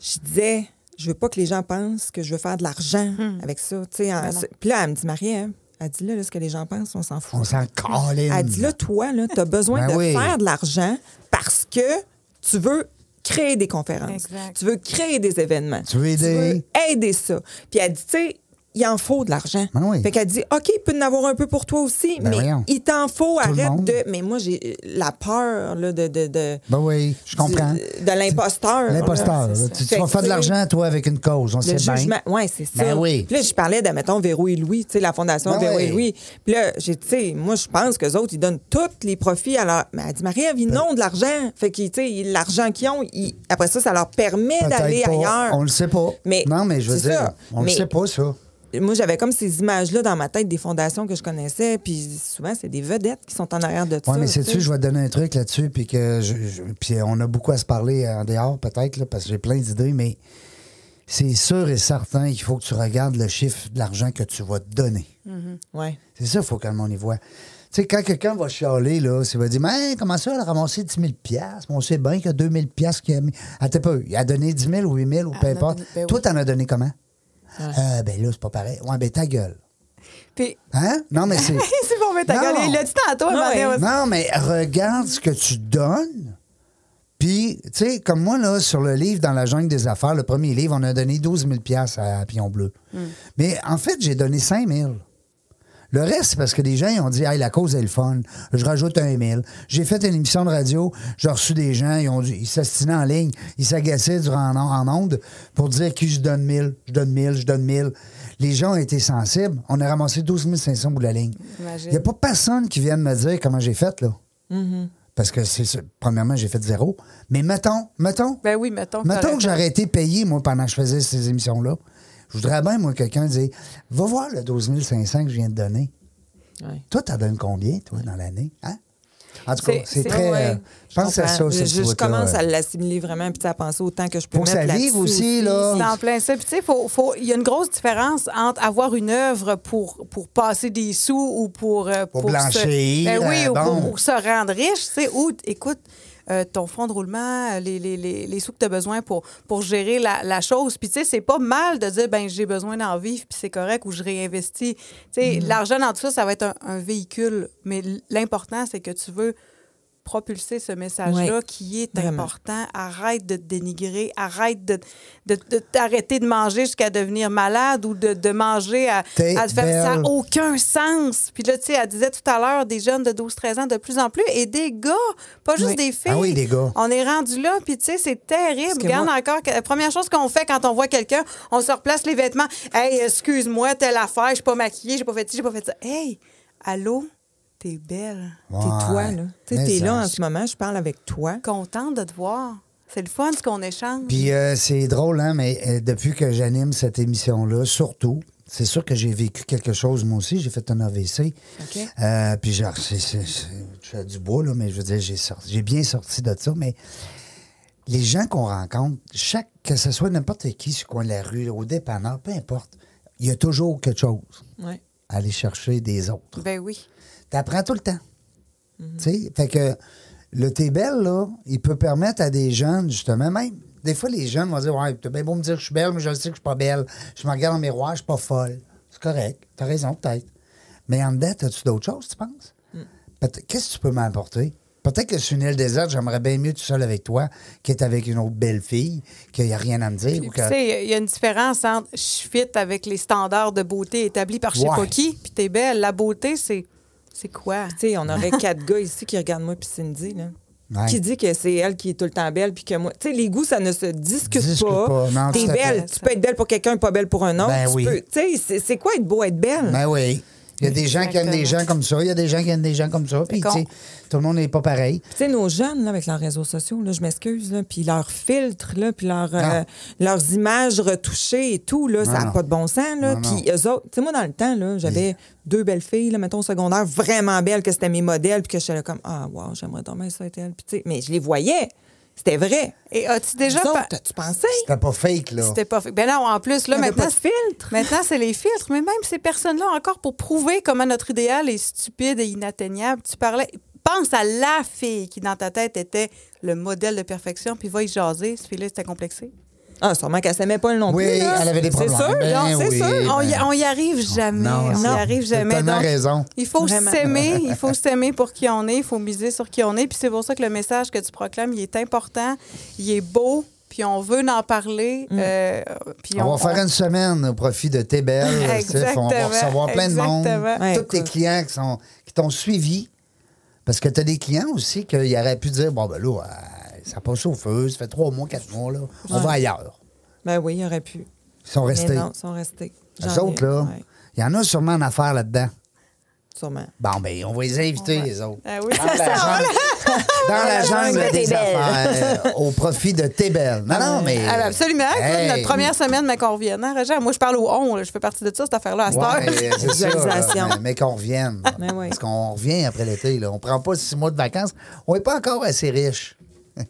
S3: je disais, je veux pas que les gens pensent que je veux faire de l'argent avec ça. Tu sais, en- c'est- puis là, elle me dit, Marie, hein, elle dit là, là, ce que les gens pensent, on s'en fout.
S1: On s'en caline.
S3: Elle dit là, toi, là, tu as besoin
S1: Ben
S3: de
S1: oui.
S3: faire de l'argent parce que tu veux créer des conférences.
S2: Exact.
S3: Tu veux créer des événements.
S1: Tu veux aider.
S3: veux aider ça. Puis elle dit, tu sais, il en faut de l'argent.
S1: Ben oui.
S3: Fait qu'elle dit, OK, il peut en avoir un peu pour toi aussi,
S1: Ben
S3: mais
S1: voyons.
S3: il t'en faut,
S1: Tout le
S3: arrête
S1: monde.
S3: de. Mais moi, j'ai la peur là, de. de, de
S1: Ben oui, je comprends.
S3: du- De l'imposteur.
S1: L'imposteur.
S3: là.
S1: là. Tu, tu
S3: Fait
S1: vas
S3: que,
S1: faire de
S3: tu sais,
S1: l'argent, toi, avec une cause. On
S3: le
S1: sait bien.
S3: jugement, ouais, c'est ça.
S1: Ben oui.
S3: Puis là, je parlais de, mettons, Véro et Louis, tu sais, la fondation
S1: Ben
S3: Véro
S1: oui.
S3: et Louis. Puis là, j'ai, tu sais, moi, je pense qu'eux autres, ils donnent tous les profits à leur. Mais elle dit, Marie-Ève,
S1: Ben
S3: ils n'ont de l'argent. Fait que, tu sais, ils- l'argent qu'ils ont, ils- après ça, ça leur permet
S1: Peut-être
S3: d'aller
S1: pas.
S3: ailleurs.
S1: On le sait pas.
S3: Mais
S1: non, mais je veux
S3: c'est
S1: dire,
S3: ça.
S1: on le
S3: Mais-
S1: sait pas, ça.
S3: Moi, j'avais comme ces images-là dans ma tête des fondations que je connaissais. Puis souvent, c'est des vedettes qui sont en arrière de tout
S1: Oui,
S3: ça.
S1: mais
S3: tu sais.
S1: sais-tu, je vais te donner un truc là-dessus, puis que je- je- puis on a beaucoup à se parler en dehors, peut-être, là, parce que j'ai plein d'idées, mais c'est sûr et certain qu'il faut que tu regardes le chiffre de l'argent que tu vas te donner.
S3: Ouais.
S1: C'est ça, il faut que le monde y voit. Tu sais, quand quelqu'un va chialer, là, il va dire Mais comment ça, elle a ramassé 10 000 piastres? Mais On sait bien qu'il y a 2 000 piastres qu'il a mis. Attends pas, il a donné 10 000 ou 8 000 ou peu
S2: Elle en a
S1: importe.
S2: donné- ben
S1: Toi,
S2: oui.
S1: t'en as donné comment? Euh, ben là, c'est pas pareil. Ouais, ben ta gueule.
S2: puis-
S1: Hein? Non, mais c'est.
S2: *laughs* c'est bon, mais t'as
S1: Non.
S2: galé. Il l'a dit tantôt,
S3: Non,
S2: Marie,
S3: ouais.
S2: aussi.
S1: Non, mais regarde ce que tu donnes. Puis, tu sais, comme moi, là, sur le livre Dans la jungle des affaires, le premier livre, on a donné 12 000 à Pion Bleu.
S2: Hmm.
S1: Mais en fait, j'ai donné 5 000 le reste, c'est parce que les gens, ils ont dit, hey, la cause est le fun. Je rajoute un email. J'ai fait une émission de radio. J'ai reçu des gens. Ils ont dit, ils s'astinaient en ligne. Ils s'agaçaient durant en, en onde pour dire qui je donne 1000, je donne 1000, je donne 1000. Les gens ont été sensibles. On a ramassé 12 500 bouts de la ligne.
S2: Imagine. Mm-hmm.
S1: Il n'y a pas personne qui vienne me dire comment j'ai fait, là. Parce que, c'est ça. premièrement, j'ai fait zéro. Mais mettons, mettons,
S2: Ben oui, mettons. que
S1: Mettons
S2: t'aurais
S1: que
S2: fait-
S1: j'aurais été payé, moi, pendant que je faisais ces émissions-là. Je voudrais bien, moi, quelqu'un dire Va voir le 12 500 que je viens de donner.
S3: Ouais.
S1: Toi, t'en donnes combien, toi, dans l'année? Hein? En tout cas,
S2: C'est-
S1: c'est
S2: c'est-
S1: très.
S3: Ouais.
S1: euh, je pense à ça,
S3: comprends.
S1: ce
S3: hein. Je, je
S1: truc-là.
S3: commence à l'assimiler vraiment puis à penser autant que je peux
S1: Faut que ça
S3: mettre
S1: vive
S3: là-dessus
S1: aussi, là.
S2: C'est en plein ça. Puis, tu sais, faut- faut- il y a une grosse différence entre avoir une œuvre pour, pour passer des sous ou pour. euh,
S1: Pour
S2: Se,
S1: blanchir,
S2: Ben oui,
S1: euh,
S2: ou pour,
S1: bon.
S2: pour se rendre riche, tu sais, ou, écoute, euh, ton fonds de roulement, euh, les, les, les, les sous que tu as besoin pour, pour gérer la, la chose. Puis, tu sais, c'est pas mal de dire, ben j'ai besoin d'en vivre, puis c'est correct, ou je réinvestis. Tu
S1: Mm-hmm.
S2: sais, l'argent dans tout ça, ça va être un, un véhicule. Mais l'important, c'est que tu veux propulser ce message-là
S3: Ouais.
S2: qui est
S3: Vraiment.
S2: important. Arrête de te dénigrer, arrête de, de, de t'arrêter de manger jusqu'à devenir malade ou de, de manger à,
S1: T'es
S2: à te faire ça
S1: belle.
S2: n'a aucun sens. Puis là, tu sais, elle disait tout à l'heure des jeunes de 12-13 ans de plus en plus et des gars, pas juste
S3: Oui.
S2: des filles.
S1: Ah oui, des gars.
S2: On est rendu là, puis tu sais, c'est terrible.
S3: Parce que
S2: Regarde
S3: moi-
S2: encore, que- la première chose qu'on fait quand on voit quelqu'un, on se replace les vêtements. Hey, excuse-moi, telle affaire, je suis pas maquillée, j'ai pas fait ci, j'ai pas fait ça. Hey, allô, t'es belle.
S3: T'es toi, là. Tu
S1: Mais
S3: sais, t'es
S1: ça,
S3: là en ce moment, je parle avec toi.
S2: Contente de te voir. C'est le fun ce qu'on échange.
S1: Puis euh, c'est drôle, hein, mais euh, depuis que j'anime cette émission-là, surtout, c'est sûr que j'ai vécu quelque chose, moi aussi. J'ai fait un AVC.
S3: OK.
S1: Euh, puis genre, c'est, c'est- c'est- je suis à du bois, là, mais je veux dire, j'ai, sorti- j'ai bien sorti de ça. Mais les gens qu'on rencontre, chaque, que ce soit n'importe qui sur le coin de la rue, au dépanneur, peu importe, il y a toujours quelque chose
S3: Ouais.
S1: à aller chercher des autres.
S2: Ben oui.
S1: T'apprends tout le temps. Tu sais, fait que le t'es belle, là, il peut permettre à des jeunes, justement, même. Des fois, les jeunes vont dire Ouais, t'as bien beau me dire que je suis belle, mais je le sais que je suis pas belle. Je me regarde dans le miroir, je suis pas folle. C'est correct. T'as raison, peut-être. Mais en dedans, as-tu d'autres choses, tu penses Peut- Qu'est-ce que tu peux m'apporter Peut-être que sur une île déserte, j'aimerais bien mieux tout seul avec toi qu'être avec une autre belle fille, qu'il n'y a rien à me dire. ou
S2: Puis,
S1: que-
S2: Tu sais, il y a- il y, a une différence entre je suis fit avec les standards de beauté établis par je sais
S1: Ouais.
S2: pas qui, puis t'es belle. La beauté, c'est c'est quoi?
S3: Tu sais, on aurait quatre gars ici qui regardent moi puis Cindy, là.
S1: Ouais.
S3: Qui dit que c'est elle qui est tout le temps belle puis que moi. Tu sais, les goûts, ça ne se discute,
S1: Discute pas, non,
S3: T'es
S1: tout à fait.
S3: belle. Tu peux être belle pour quelqu'un, pas belle pour un autre.
S1: Ben
S3: Tu
S1: oui.
S3: peux- Tu sais, c'est- c'est quoi être beau, être belle?
S1: Ben oui. Il y a des gens qui aiment des
S2: Exactement.
S1: gens comme ça, il y a des gens qui aiment des gens comme ça, puis
S2: qu'on-
S1: tu sais, tout le monde n'est pas pareil.
S3: Tu sais, nos jeunes, là, avec leurs réseaux sociaux, là, je m'excuse, là, puis leurs filtres, là, puis leurs, euh, leurs images retouchées et tout, là, ça
S1: Ah. non.
S3: n'a pas de bon sens. Là,
S1: Non,
S3: puis eux autres, tu sais, moi, dans le temps, là, j'avais deux belles filles, là, mettons, au secondaire, vraiment belles, que c'était mes modèles, puis que j'étais là comme, ah, wow, j'aimerais dormir ça être elle. Puis, tu sais, mais je les voyais. C'était vrai.
S2: Et as-tu déjà.
S3: Eux autres, euh,
S2: pa-
S3: t'as-tu pensé?
S1: C'était pas fake, là.
S2: C'était pas fait. Ben non, en plus, là,
S3: Il y avait
S2: maintenant.
S3: pas de filtre.
S2: Maintenant, c'est les filtres. Mais même ces personnes-là, encore pour prouver comment notre idéal est stupide et inatteignable, tu parlais. Pense à la fille qui, dans ta tête, était le modèle de perfection, puis va y jaser. Ce fille-là, c'était complexé.
S3: Ah, sûrement qu'elle s'aimait pas le nom
S1: Oui,
S3: plus. là.
S1: elle avait des problèmes.
S3: C'est sûr,
S1: Ben
S3: genre, c'est
S1: oui.
S3: sûr.
S1: ben-
S2: on, y, on y arrive jamais.
S1: Non,
S2: on
S1: c'est-
S2: y arrive
S1: t'as
S2: jamais.
S1: tellement
S2: Donc,
S1: raison.
S2: Il faut
S3: Vraiment.
S2: s'aimer. Il faut s'aimer pour qui on est. Il faut miser sur qui on est. Puis c'est pour ça que le message que tu proclames, il est important. Il est beau. Puis on veut en parler. euh, puis
S1: On va faire une semaine au profit de T'es belle, Steph. On va
S2: Exactement,
S1: recevoir plein de monde.
S2: exactement.
S3: Ouais,
S1: Tous tes
S3: écoute.
S1: clients qui sont- qui t'ont suivi. Parce que t'as des clients aussi qu'ils auraient pu dire Bon, ben là, euh, ça passe au feu, ça fait trois mois, quatre mois, là. On va ailleurs.
S3: Ben oui, il aurait pu.
S1: Ils sont
S3: Mais
S1: restés.
S3: non, ils sont restés.
S1: Les
S3: J'en ai-
S1: autres, là,
S3: ouais,
S1: il y en a sûrement en affaire là-dedans.
S3: sûrement.
S1: Bon, ben, on va les inviter, les autres.
S2: Ah oui,
S1: Dans la jungle, dans la jungle
S3: des
S1: des
S3: belles.
S1: affaires, euh, au profit de tes belles. Non, non, mais.
S2: Ah ben absolument. écoute,
S1: Hey.
S2: Notre première semaine, mais qu'on revienne. hein, Roger? Moi, je parle au on. là. Je fais partie de ça, cette affaire-là, à cette
S1: Ouais,
S2: heure.
S1: mais
S3: *laughs*
S1: c'est ça, là,
S3: Visualisation.
S1: mais, mais qu'on revienne.
S3: Mais oui.
S1: Parce qu'on revient après l'été. Là. On prend pas six mois de vacances. On n'est pas encore assez riche. *laughs*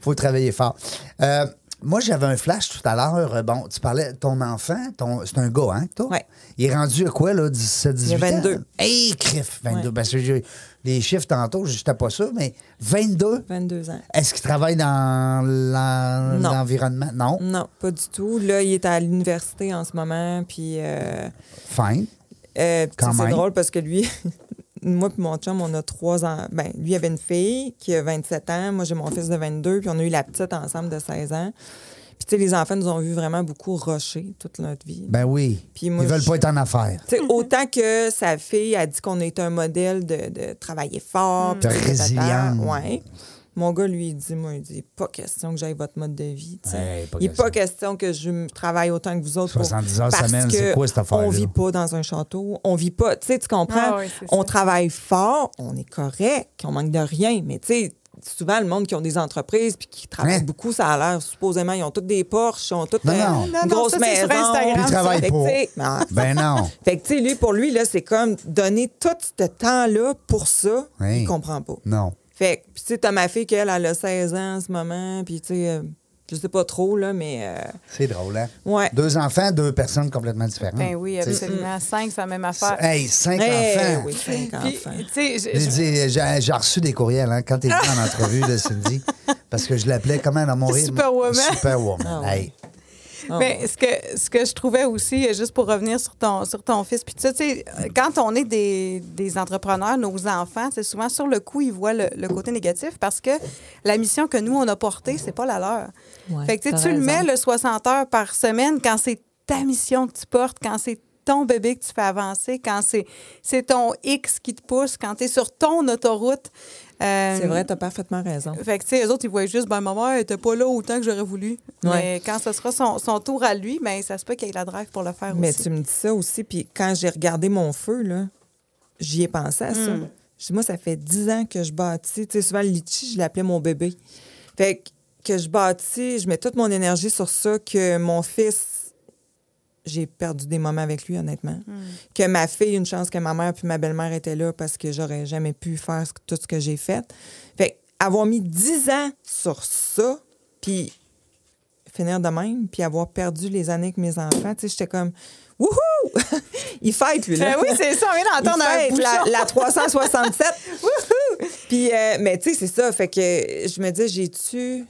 S1: faut travailler fort. Euh, moi, j'avais un flash tout à l'heure. Euh, Bon, tu parlais, ton enfant, ton, c'est un gars, hein, toi?
S3: Ouais.
S1: Il est rendu à quoi, là, 17, 18
S3: Il a 22.
S1: ans? Hey, crif, 22.
S3: Ouais.
S1: Parce que j'ai- les chiffres, tantôt, je n'étais pas sûr, mais 22,
S3: 22 ans.
S1: est-ce qu'il travaille dans l'en-
S3: Non. Mm.
S1: l'environnement? Non.
S3: Non, pas du tout. Là, il est à l'université en ce moment, puis euh,
S1: Fine.
S3: euh, puis
S1: Quand
S3: c'est
S1: même.
S3: drôle parce que lui, *laughs* moi puis mon chum, on a trois ans. Ben, lui avait une fille qui a 27 ans, moi j'ai mon fils de 22, puis on a eu la petite ensemble de 16 ans. Puis tu sais, les enfants nous ont vu vraiment beaucoup rocher toute notre vie.
S1: Ben oui.
S3: Puis moi,
S1: Ils veulent
S3: je-
S1: pas être en affaires.
S3: Tu sais, autant que sa fille a dit qu'on est un modèle de, de travailler fort, puis
S1: De
S3: tatata,
S1: résilience.
S3: Ouais. Mon gars, lui, il dit, moi, il dit, pas question que j'aille votre mode de vie. tu sais.
S1: Ouais, pas
S3: il n'est pas question que je me travaille autant que vous autres. pour-
S1: 70 heures
S3: parce
S1: semaine, c'est
S3: que
S1: quoi cette affaire-là?
S3: On vit pas dans un château. On vit pas. Tu sais, tu comprends?
S2: Ah ouais, c'est
S3: on
S2: ça.
S3: travaille fort, on est correct, on manque de rien. Mais tu sais, souvent, le monde qui ont des entreprises puis qui travaillent
S1: Hein?
S3: beaucoup, ça a l'air, supposément, ils ont tous des Porsche, ils ont toutes
S1: Non,
S3: euh,
S1: non.
S3: une
S2: Non, non,
S3: grosse
S2: ça, c'est
S3: maison.
S2: sur Instagram, Puis
S1: ils ça. travaillent
S3: Fait que,
S1: pas.
S3: tu sais, non,
S1: Ben non.
S3: fait que, tu sais, lui, pour lui, là, c'est comme donner tout ce temps-là pour ça,
S1: Oui.
S3: il comprend pas.
S1: Non.
S3: Fait que, puis, tu sais, t'as ma fille, qu'elle, elle a 16 ans en ce moment, puis, tu sais, euh, je sais pas trop, là, mais. euh,
S1: C'est drôle, hein?
S3: Ouais.
S1: Deux enfants, deux personnes complètement différentes.
S2: Ben oui,
S1: Tu sais,
S2: absolument. Cinq, c'est la même
S1: c'est-
S2: affaire.
S1: Hey, cinq
S3: hey,
S1: enfants.
S3: oui, cinq
S2: Puis,
S3: enfants.
S2: tu sais, je-
S1: J'ai
S2: je-
S1: dit- J'ai j'ai reçu des courriels hein, quand t'es venu
S2: *laughs*
S1: en entrevue de Cindy, parce que je l'appelais comment dans mon rythme?
S2: Superwoman.
S1: Superwoman.
S3: Ah ouais.
S1: Hey.
S2: Mais ce que, ce que je trouvais aussi, euh, juste pour revenir sur ton, sur ton fils, puis tout ça, tu sais, euh, quand on est des, des entrepreneurs, nos enfants, c'est souvent sur le coup, ils voient le, le côté négatif parce que la mission que nous, on a portée, c'est pas la leur.
S5: Ouais,
S2: fait que tu sais,
S5: t'as
S2: tu le mets,
S5: raison.
S2: le 60 heures par semaine, quand c'est ta mission que tu portes, quand c'est ton bébé que tu fais avancer, quand c'est c'est ton X qui te pousse, quand tu es sur ton autoroute. euh,
S3: C'est vrai, t'as parfaitement raison.
S2: fait que, tu sais, eux autres, ils voient juste, ben, ma mère était pas là autant que j'aurais voulu. Mais
S3: Ouais.
S2: quand ce sera son, son tour à lui, ben, ça se peut qu'il ait la drive pour le faire
S3: Mais
S2: aussi.
S3: tu me dis ça aussi, puis quand j'ai regardé mon feu, là, j'y ai pensé à ça. Je dis, moi, ça fait dix ans que je bâtis. Tu sais, souvent, le litchi, je l'appelais mon bébé. Fait que, que je bâtis, je mets toute mon énergie sur ça, que mon fils, j'ai perdu des moments avec lui, honnêtement.
S2: Hmm.
S3: Que ma fille, une chance que ma mère puis ma belle-mère étaient là parce que j'aurais jamais pu faire ce- tout ce que j'ai fait. Fait que avoir mis dix ans sur ça, puis finir de même, puis avoir perdu les années avec mes enfants, tu sais, j'étais comme, wouhou! *laughs* Il fête, lui, là.
S2: Ben oui, c'est ça, on vient
S3: *laughs* Il
S2: d'entendre un
S3: fête, la,
S2: bouchon.
S3: la 367.
S2: *laughs*
S3: Wouhou! Puis, euh, mais tu sais, c'est ça. Fait que euh, je me dis, j'ai-tu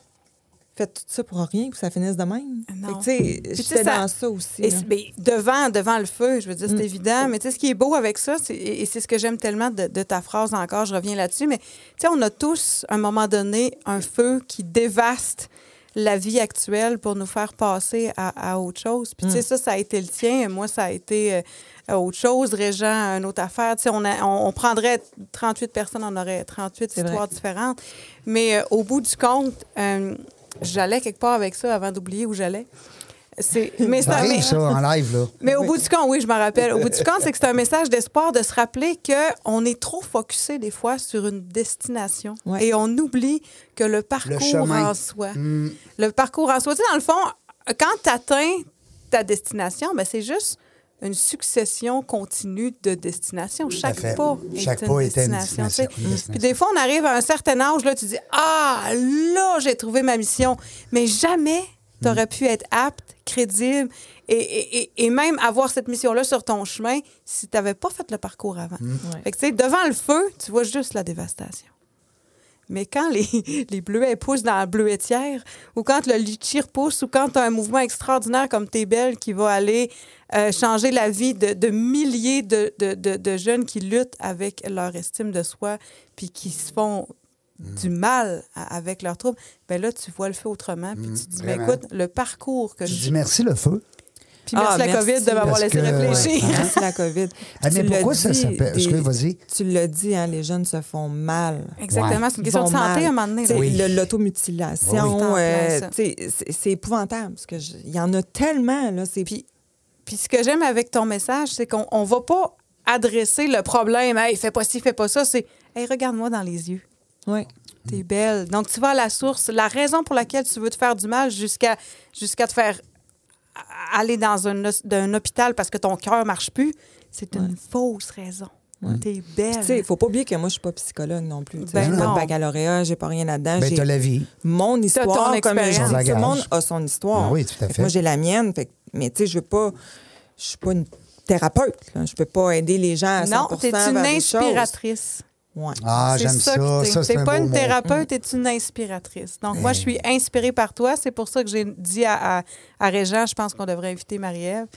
S3: fait tout ça pour rien, que ça finisse de même?
S2: Ah Non.
S3: Fait que, tu sais,
S2: Puis, tu sais,
S3: j'étais
S2: ça-
S3: dans ça aussi.
S2: Et
S3: là. Mm.
S2: c'est- ben, devant, devant le feu, je veux dire, c'est évident. Mais tu sais, ce qui est beau avec ça, c'est- et et c'est ce que j'aime tellement de, de ta phrase encore, je reviens là-dessus, mais tu sais, on a tous, à un moment donné, un feu qui dévaste la vie actuelle pour nous faire passer à, à autre chose. Puis tu
S3: Mm.
S2: sais, ça, ça a été le tien. Moi, ça a été euh, à autre chose. Régent, une autre affaire. Tu sais, on, a- on, on prendrait 38 personnes, on aurait 38
S3: C'est vrai.
S2: histoires différentes. Mais euh, au bout du compte, euh, j'allais quelque part avec ça avant d'oublier où j'allais. C'est, mais
S1: Ça
S2: un-
S1: arrive,
S2: mais-
S1: ça, en live, là.
S2: mais au bout du compte, oui, je m'en rappelle. Au bout du compte, c'est que c'est un message d'espoir de se rappeler que on est trop focusé des fois sur une destination
S3: Ouais.
S2: et on oublie que le parcours
S1: chemin. Mm.
S2: en soi, le parcours en soi, tu sais, dans le fond, quand tu atteins ta destination, ben c'est juste une succession continue de destinations. Chaque
S1: fait.
S2: pas
S1: Chaque
S2: est
S1: pas
S2: une
S1: était une
S2: destination.
S1: destination,
S2: tu sais.
S1: une destination.
S2: Puis des fois, on arrive à un certain âge, là, tu dis Ah, là, j'ai trouvé ma mission. Mais jamais tu aurais pu être apte, crédible et, et- et- et même avoir cette mission-là sur ton chemin si tu n'avais pas fait le parcours avant. Fait que, tu sais, devant le feu, tu vois juste la dévastation. Mais quand les, *laughs* les bleuets poussent dans la bleuetière, ou quand le litchi repousse, ou quand tu as un mouvement extraordinaire comme T'es belle qui va aller euh, changer la vie de, de milliers de, de- de- de jeunes qui luttent avec leur estime de soi, puis qui se font
S1: Mm.
S2: du mal à- avec leurs troubles, ben là, tu vois le feu autrement,
S1: Mm.
S2: puis tu dis, ben
S1: vraiment.
S2: écoute, le parcours que
S1: Je
S2: je...
S1: dis merci, le feu.
S2: Puis merci
S3: Ah,
S2: la
S3: merci,
S2: COVID de m'avoir
S1: parce
S2: laissé
S1: que-
S2: réfléchir.
S1: Ouais. Hein?
S3: Merci la COVID.
S1: Ah, mais
S3: Tu l'as
S1: pourquoi ça
S3: dit,
S1: s'appelle- excusez, vas-y.
S3: Tu l'as dit, hein, les jeunes se font mal.
S2: *laughs* Exactement, c'est une question de
S3: Ils vont
S2: santé
S3: mal.
S2: à un moment donné.
S3: T'sais,
S2: là.
S3: le- L'automutilation,
S2: Oui. C'est en
S3: euh,
S2: plein ça.
S3: t'sais, c'est c'est épouvantable. Parce que je- il y en a tellement. Là, c'est
S2: Puis, puis ce que j'aime avec ton message, c'est qu'on on va pas adresser le problème. Hey, fais pas ci, fais pas ça. C'est, hey, regarde-moi dans les yeux.
S3: Ouais. Mm.
S2: T'es belle. Donc, tu vas à la source. La raison pour laquelle tu veux te faire du mal jusqu'à jusqu'à te faire a- aller dans un, os- d'un hôpital parce que ton cœur marche plus, c'est une fausse raison. T'es
S3: Tu sais,
S2: belle.
S3: faut pas oublier que moi, je suis pas psychologue non plus. Tu sais,
S2: Ben
S3: j'ai pas
S2: non.
S3: de baccalauréat, j'ai pas rien là-dedans.
S1: Ben,
S3: j'ai
S1: t'as la vie.
S3: Mon
S2: ton
S3: histoire, comme je dis,
S2: expérience.
S3: tout
S1: Ton
S3: le monde
S1: bagage.
S3: a son histoire.
S1: Ben oui, tout à fait.
S3: Moi, j'ai la mienne. Fait, que- mais tu sais, je veux pas. Je suis pas une thérapeute. là. Je peux pas aider les gens à 100%
S2: Non, t'es une
S3: vers des
S2: inspiratrice.
S3: choses. Ouais.
S1: Ah,
S2: C'est
S1: j'aime ça.
S2: que t'es.
S1: Ça, c'est
S2: T'es
S1: un
S2: pas
S1: beau
S2: une
S1: mot.
S2: thérapeute, t'es une inspiratrice. Donc, moi, je suis inspirée par toi. C'est pour ça que j'ai dit à, à, à Régent, je pense qu'on devrait inviter Marie-Ève.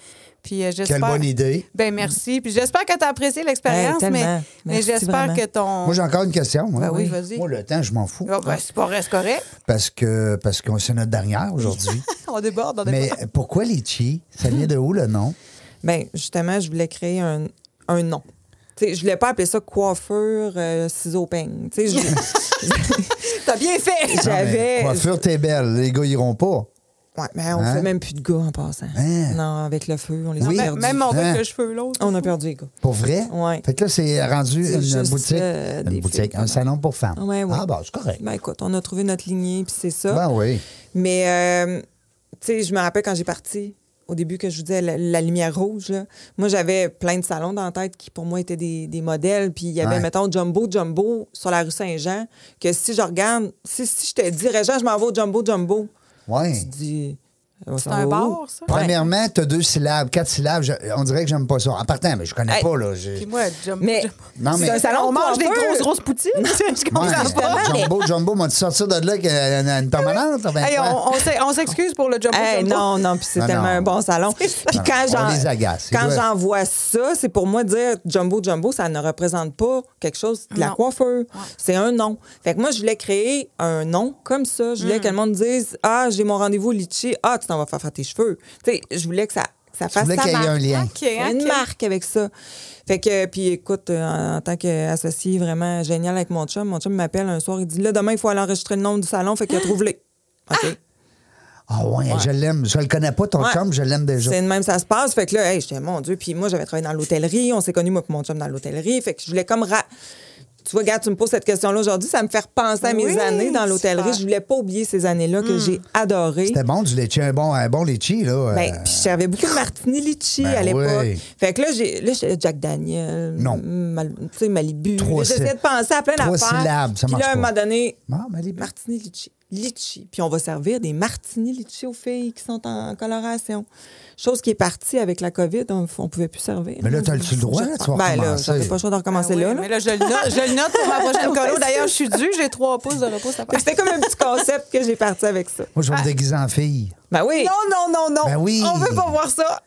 S2: Puis, euh, j'espère-
S1: Quelle bonne idée.
S2: Ben merci. Puis j'espère que tu as apprécié
S3: Hey,
S2: l'expérience,
S3: tellement.
S2: mais, mais
S3: Merci
S2: j'espère
S3: vraiment.
S2: que ton.
S1: Moi, j'ai encore une question. Moi,
S2: Ben oui, vas-y.
S1: Moi, le temps, je m'en fous.
S2: Ah, ben, c'est pas reste correct.
S1: Parce que parce que c'est notre dernière
S2: *laughs*
S1: aujourd'hui.
S2: On déborde, on
S1: Mais
S2: déborde.
S1: pourquoi litchi? Ça vient de où le nom?
S3: Ben, justement, je voulais créer un, un nom. Tu sais, je voulais pas appeler ça coiffure, euh, ciseaux, peigne. Tu sais,
S1: *laughs*
S3: je-
S2: T'as bien fait.
S1: Non, mais
S3: j'avais.
S1: Ah, ben, Coiffure, t'es belle. Les gars iront pas.
S3: Ouais, mais on
S1: Hein?
S3: fait même plus de gars en passant.
S1: Hein?
S3: Non, avec le feu, on les
S1: Oui.
S3: a
S2: Même
S3: perdus.
S2: même mon gars
S1: Hein?
S2: avec le cheveu l'autre.
S3: On a perdu les gars.
S1: Pour vrai?
S3: Ouais.
S1: Fait que là, c'est rendu
S3: C'est
S1: une
S3: juste,
S1: boutique.
S3: euh,
S1: une
S3: des
S1: boutique,
S3: filles.
S1: un salon pour femmes.
S3: Ouais, ouais.
S1: Ah, bah, c'est correct.
S3: Ben écoute, on a trouvé notre lignée, puis c'est ça.
S1: Ben oui.
S3: Mais, euh, tu sais, je me rappelle quand j'ai parti, au début que je vous disais, la, la lumière rouge, là, moi, j'avais plein de salons dans la tête qui, pour moi, étaient des, des modèles. Puis il y avait,
S1: Ouais.
S3: mettons, Jumbo Jumbo sur la rue Saint-Jean, que si je regarde, si, si je te dis, Régent, je m'en vais au Jumbo Jumbo,
S1: Ouais.
S3: tu dis, On
S2: C'est
S3: s'en
S2: un
S3: va
S2: bar,
S3: où?
S2: ça?
S1: Premièrement, t'as deux syllabes, quatre syllabes. je- on dirait que j'aime pas ça. En partant, mais je connais
S3: Hey.
S1: pas, là. j'ai-
S2: Puis moi, jump,
S3: Mais,
S2: jump-
S1: Non, mais-
S3: c'est un salon
S2: on
S3: de
S2: mange des
S3: coiffeur.
S2: grosses, grosses poutines. *laughs* je comprends
S1: Ouais,
S2: pas.
S3: justement, mais-
S1: Jumbo, Jumbo, m'a-tu sorti de là qu'elle a une permanente? Ben,
S2: Hey,
S1: quoi?
S2: on, on s'est- on s'excuse pour le jumbo.
S3: Hey,
S2: jumbo.
S3: non, non, puis c'est
S1: Non,
S3: tellement
S1: non.
S3: un bon salon. Puis
S1: non,
S3: quand
S1: on
S3: j'en
S1: les agace, ils
S3: quand
S1: doivent-
S3: j'en vois ça, c'est pour moi dire jumbo jumbo, ça ne représente pas quelque chose de la
S2: Non.
S3: coiffeur. C'est un nom. Fait que moi je voulais créer un nom comme ça.
S2: Mm.
S3: Je voulais que le monde dise ah j'ai mon rendez-vous au litchi, ah tu t'en vas faire faire tes cheveux. Tu sais, je voulais que ça que ça
S1: Tu
S3: fasse
S1: voulais
S3: sa
S1: qu'il y ait
S3: marque.
S1: un lien.
S2: OK, OK.
S3: une marque avec ça. Fait que, puis écoute, euh, en, en tant qu'associé vraiment génial avec mon chum, mon chum m'appelle un soir, il dit là, demain, il faut aller enregistrer le nom du salon, fait que trouve-le.
S2: *gasps*
S3: OK.
S1: Ah ouais, je l'aime. Je le connais pas, ton
S3: Ouais.
S1: chum, je l'aime déjà.
S3: C'est de même, ça se passe. Fait que là, hey, j'étais, mon Dieu. Puis moi, j'avais travaillé dans l'hôtellerie. On s'est connus, moi, et mon chum, dans l'hôtellerie. Fait que je voulais comme. ra- Tu vois, regarde, tu me poses cette question-là aujourd'hui. Ça me fait repenser à mes
S2: Oui,
S3: années dans l'hôtellerie.
S2: super.
S3: Je voulais pas oublier ces années-là que j'ai adorées.
S1: Hmm. C'était bon du laitier, un bon, un bon litchi, là. euh,
S3: Ben, puis je servais beaucoup de martini litchi
S1: Ben
S3: à l'époque.
S1: oui.
S3: Fait que là, j'ai, là, j'étais Jack Daniel.
S1: Non.
S3: Mal- tu sais, Malibu.
S1: Trois
S3: Là, J'essayais
S1: syllabes.
S3: de penser à plein
S1: Trois
S3: d'affaires.
S1: syllabes, ça
S3: Puis
S1: marche
S3: là, à un
S1: pas.
S3: moment donné,
S1: Ah, mais les-
S3: martini litchi. Litchi. Puis on va servir des martini litchi aux filles qui sont en coloration. Chose qui est partie avec la COVID, on, on pouvait plus servir.
S1: Mais là, t'as-tu le droit, là, tu vas
S3: Ben là,
S1: recommencer.
S3: j'avais pas le choix de
S2: Ah
S3: recommencer
S2: oui,
S3: là. là.
S2: Mais là, je le note, je le note pour ma *laughs* prochaine colo.
S3: Ouais,
S2: D'ailleurs, je suis due, j'ai trois pouces de repos. Ça
S3: Fait que C'était comme un *laughs* petit concept que j'ai parti avec ça.
S1: Moi, je vais me déguiser en
S3: *laughs*
S1: fille.
S3: Ben
S2: *laughs*
S3: oui.
S2: Non, non, non, non.
S1: Ben oui.
S2: On veut pas voir ça.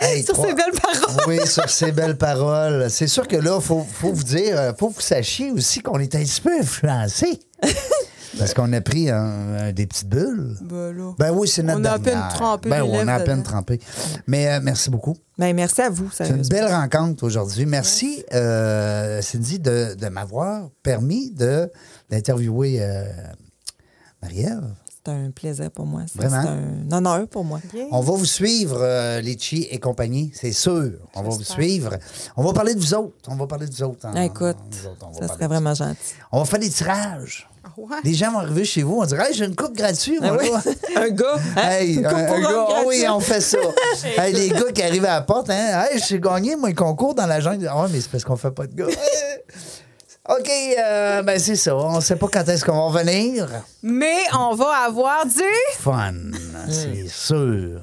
S1: Hey,
S2: Sur
S1: trois-
S2: ces belles paroles. *laughs*
S1: Oui, sur ces belles paroles. C'est sûr que là, faut, faut vous dire, euh, faut que vous sachiez aussi qu'on est un petit peu
S2: *laughs*
S1: influencé. Parce qu'on a pris un- un- des petites bulles.
S2: Ben là.
S1: Ben oui, c'est notre
S2: On a à peine
S1: dernière.
S2: trempé
S1: Ben
S2: les
S1: oui, on a à
S2: lèvres
S1: peine
S2: dedans. Euh,
S1: trempé. Mais euh, merci beaucoup.
S3: Ben merci à vous.
S1: C'est une
S3: sérieusement.
S1: belle rencontre aujourd'hui. Merci, euh, Cindy, de, de m'avoir permis de- d'interviewer euh, Marie-Ève.
S3: C'est un plaisir pour moi. C'est
S1: Vraiment?
S3: c'est un honneur pour moi.
S1: On va vous suivre, euh, Litchi et compagnie, c'est sûr. On va vous
S2: J'espère.
S1: suivre. On va parler de vous autres. On va parler de vous autres. en-
S3: Ah, Écoute,
S1: en- nous autres, on va
S3: ça
S1: parler
S3: serait
S1: de
S3: vraiment gentil.
S1: On va faire des tirages.
S2: Ouais.
S1: Les gens vont arriver chez vous, on dirait hey, j'ai une coupe gratuite.
S3: Ah
S1: moi,
S3: oui,
S1: là.
S3: un gars, *laughs* hein,
S1: Hey,
S3: une coupe
S1: un, un
S3: pour
S1: gars,
S3: homme
S1: oh oui,
S3: gratuite.
S1: on fait
S3: *laughs*
S1: ça. Hey, les gars qui arrivent à la porte, hein, hey, j'ai gagné moi, le concours dans la jungle. Ah, ouais, mais c'est parce qu'on fait pas de gars. *laughs* OK, euh, ben c'est ça. On sait pas quand est-ce qu'on va revenir.
S2: Mais on va avoir du.
S1: Fun, c'est sûr.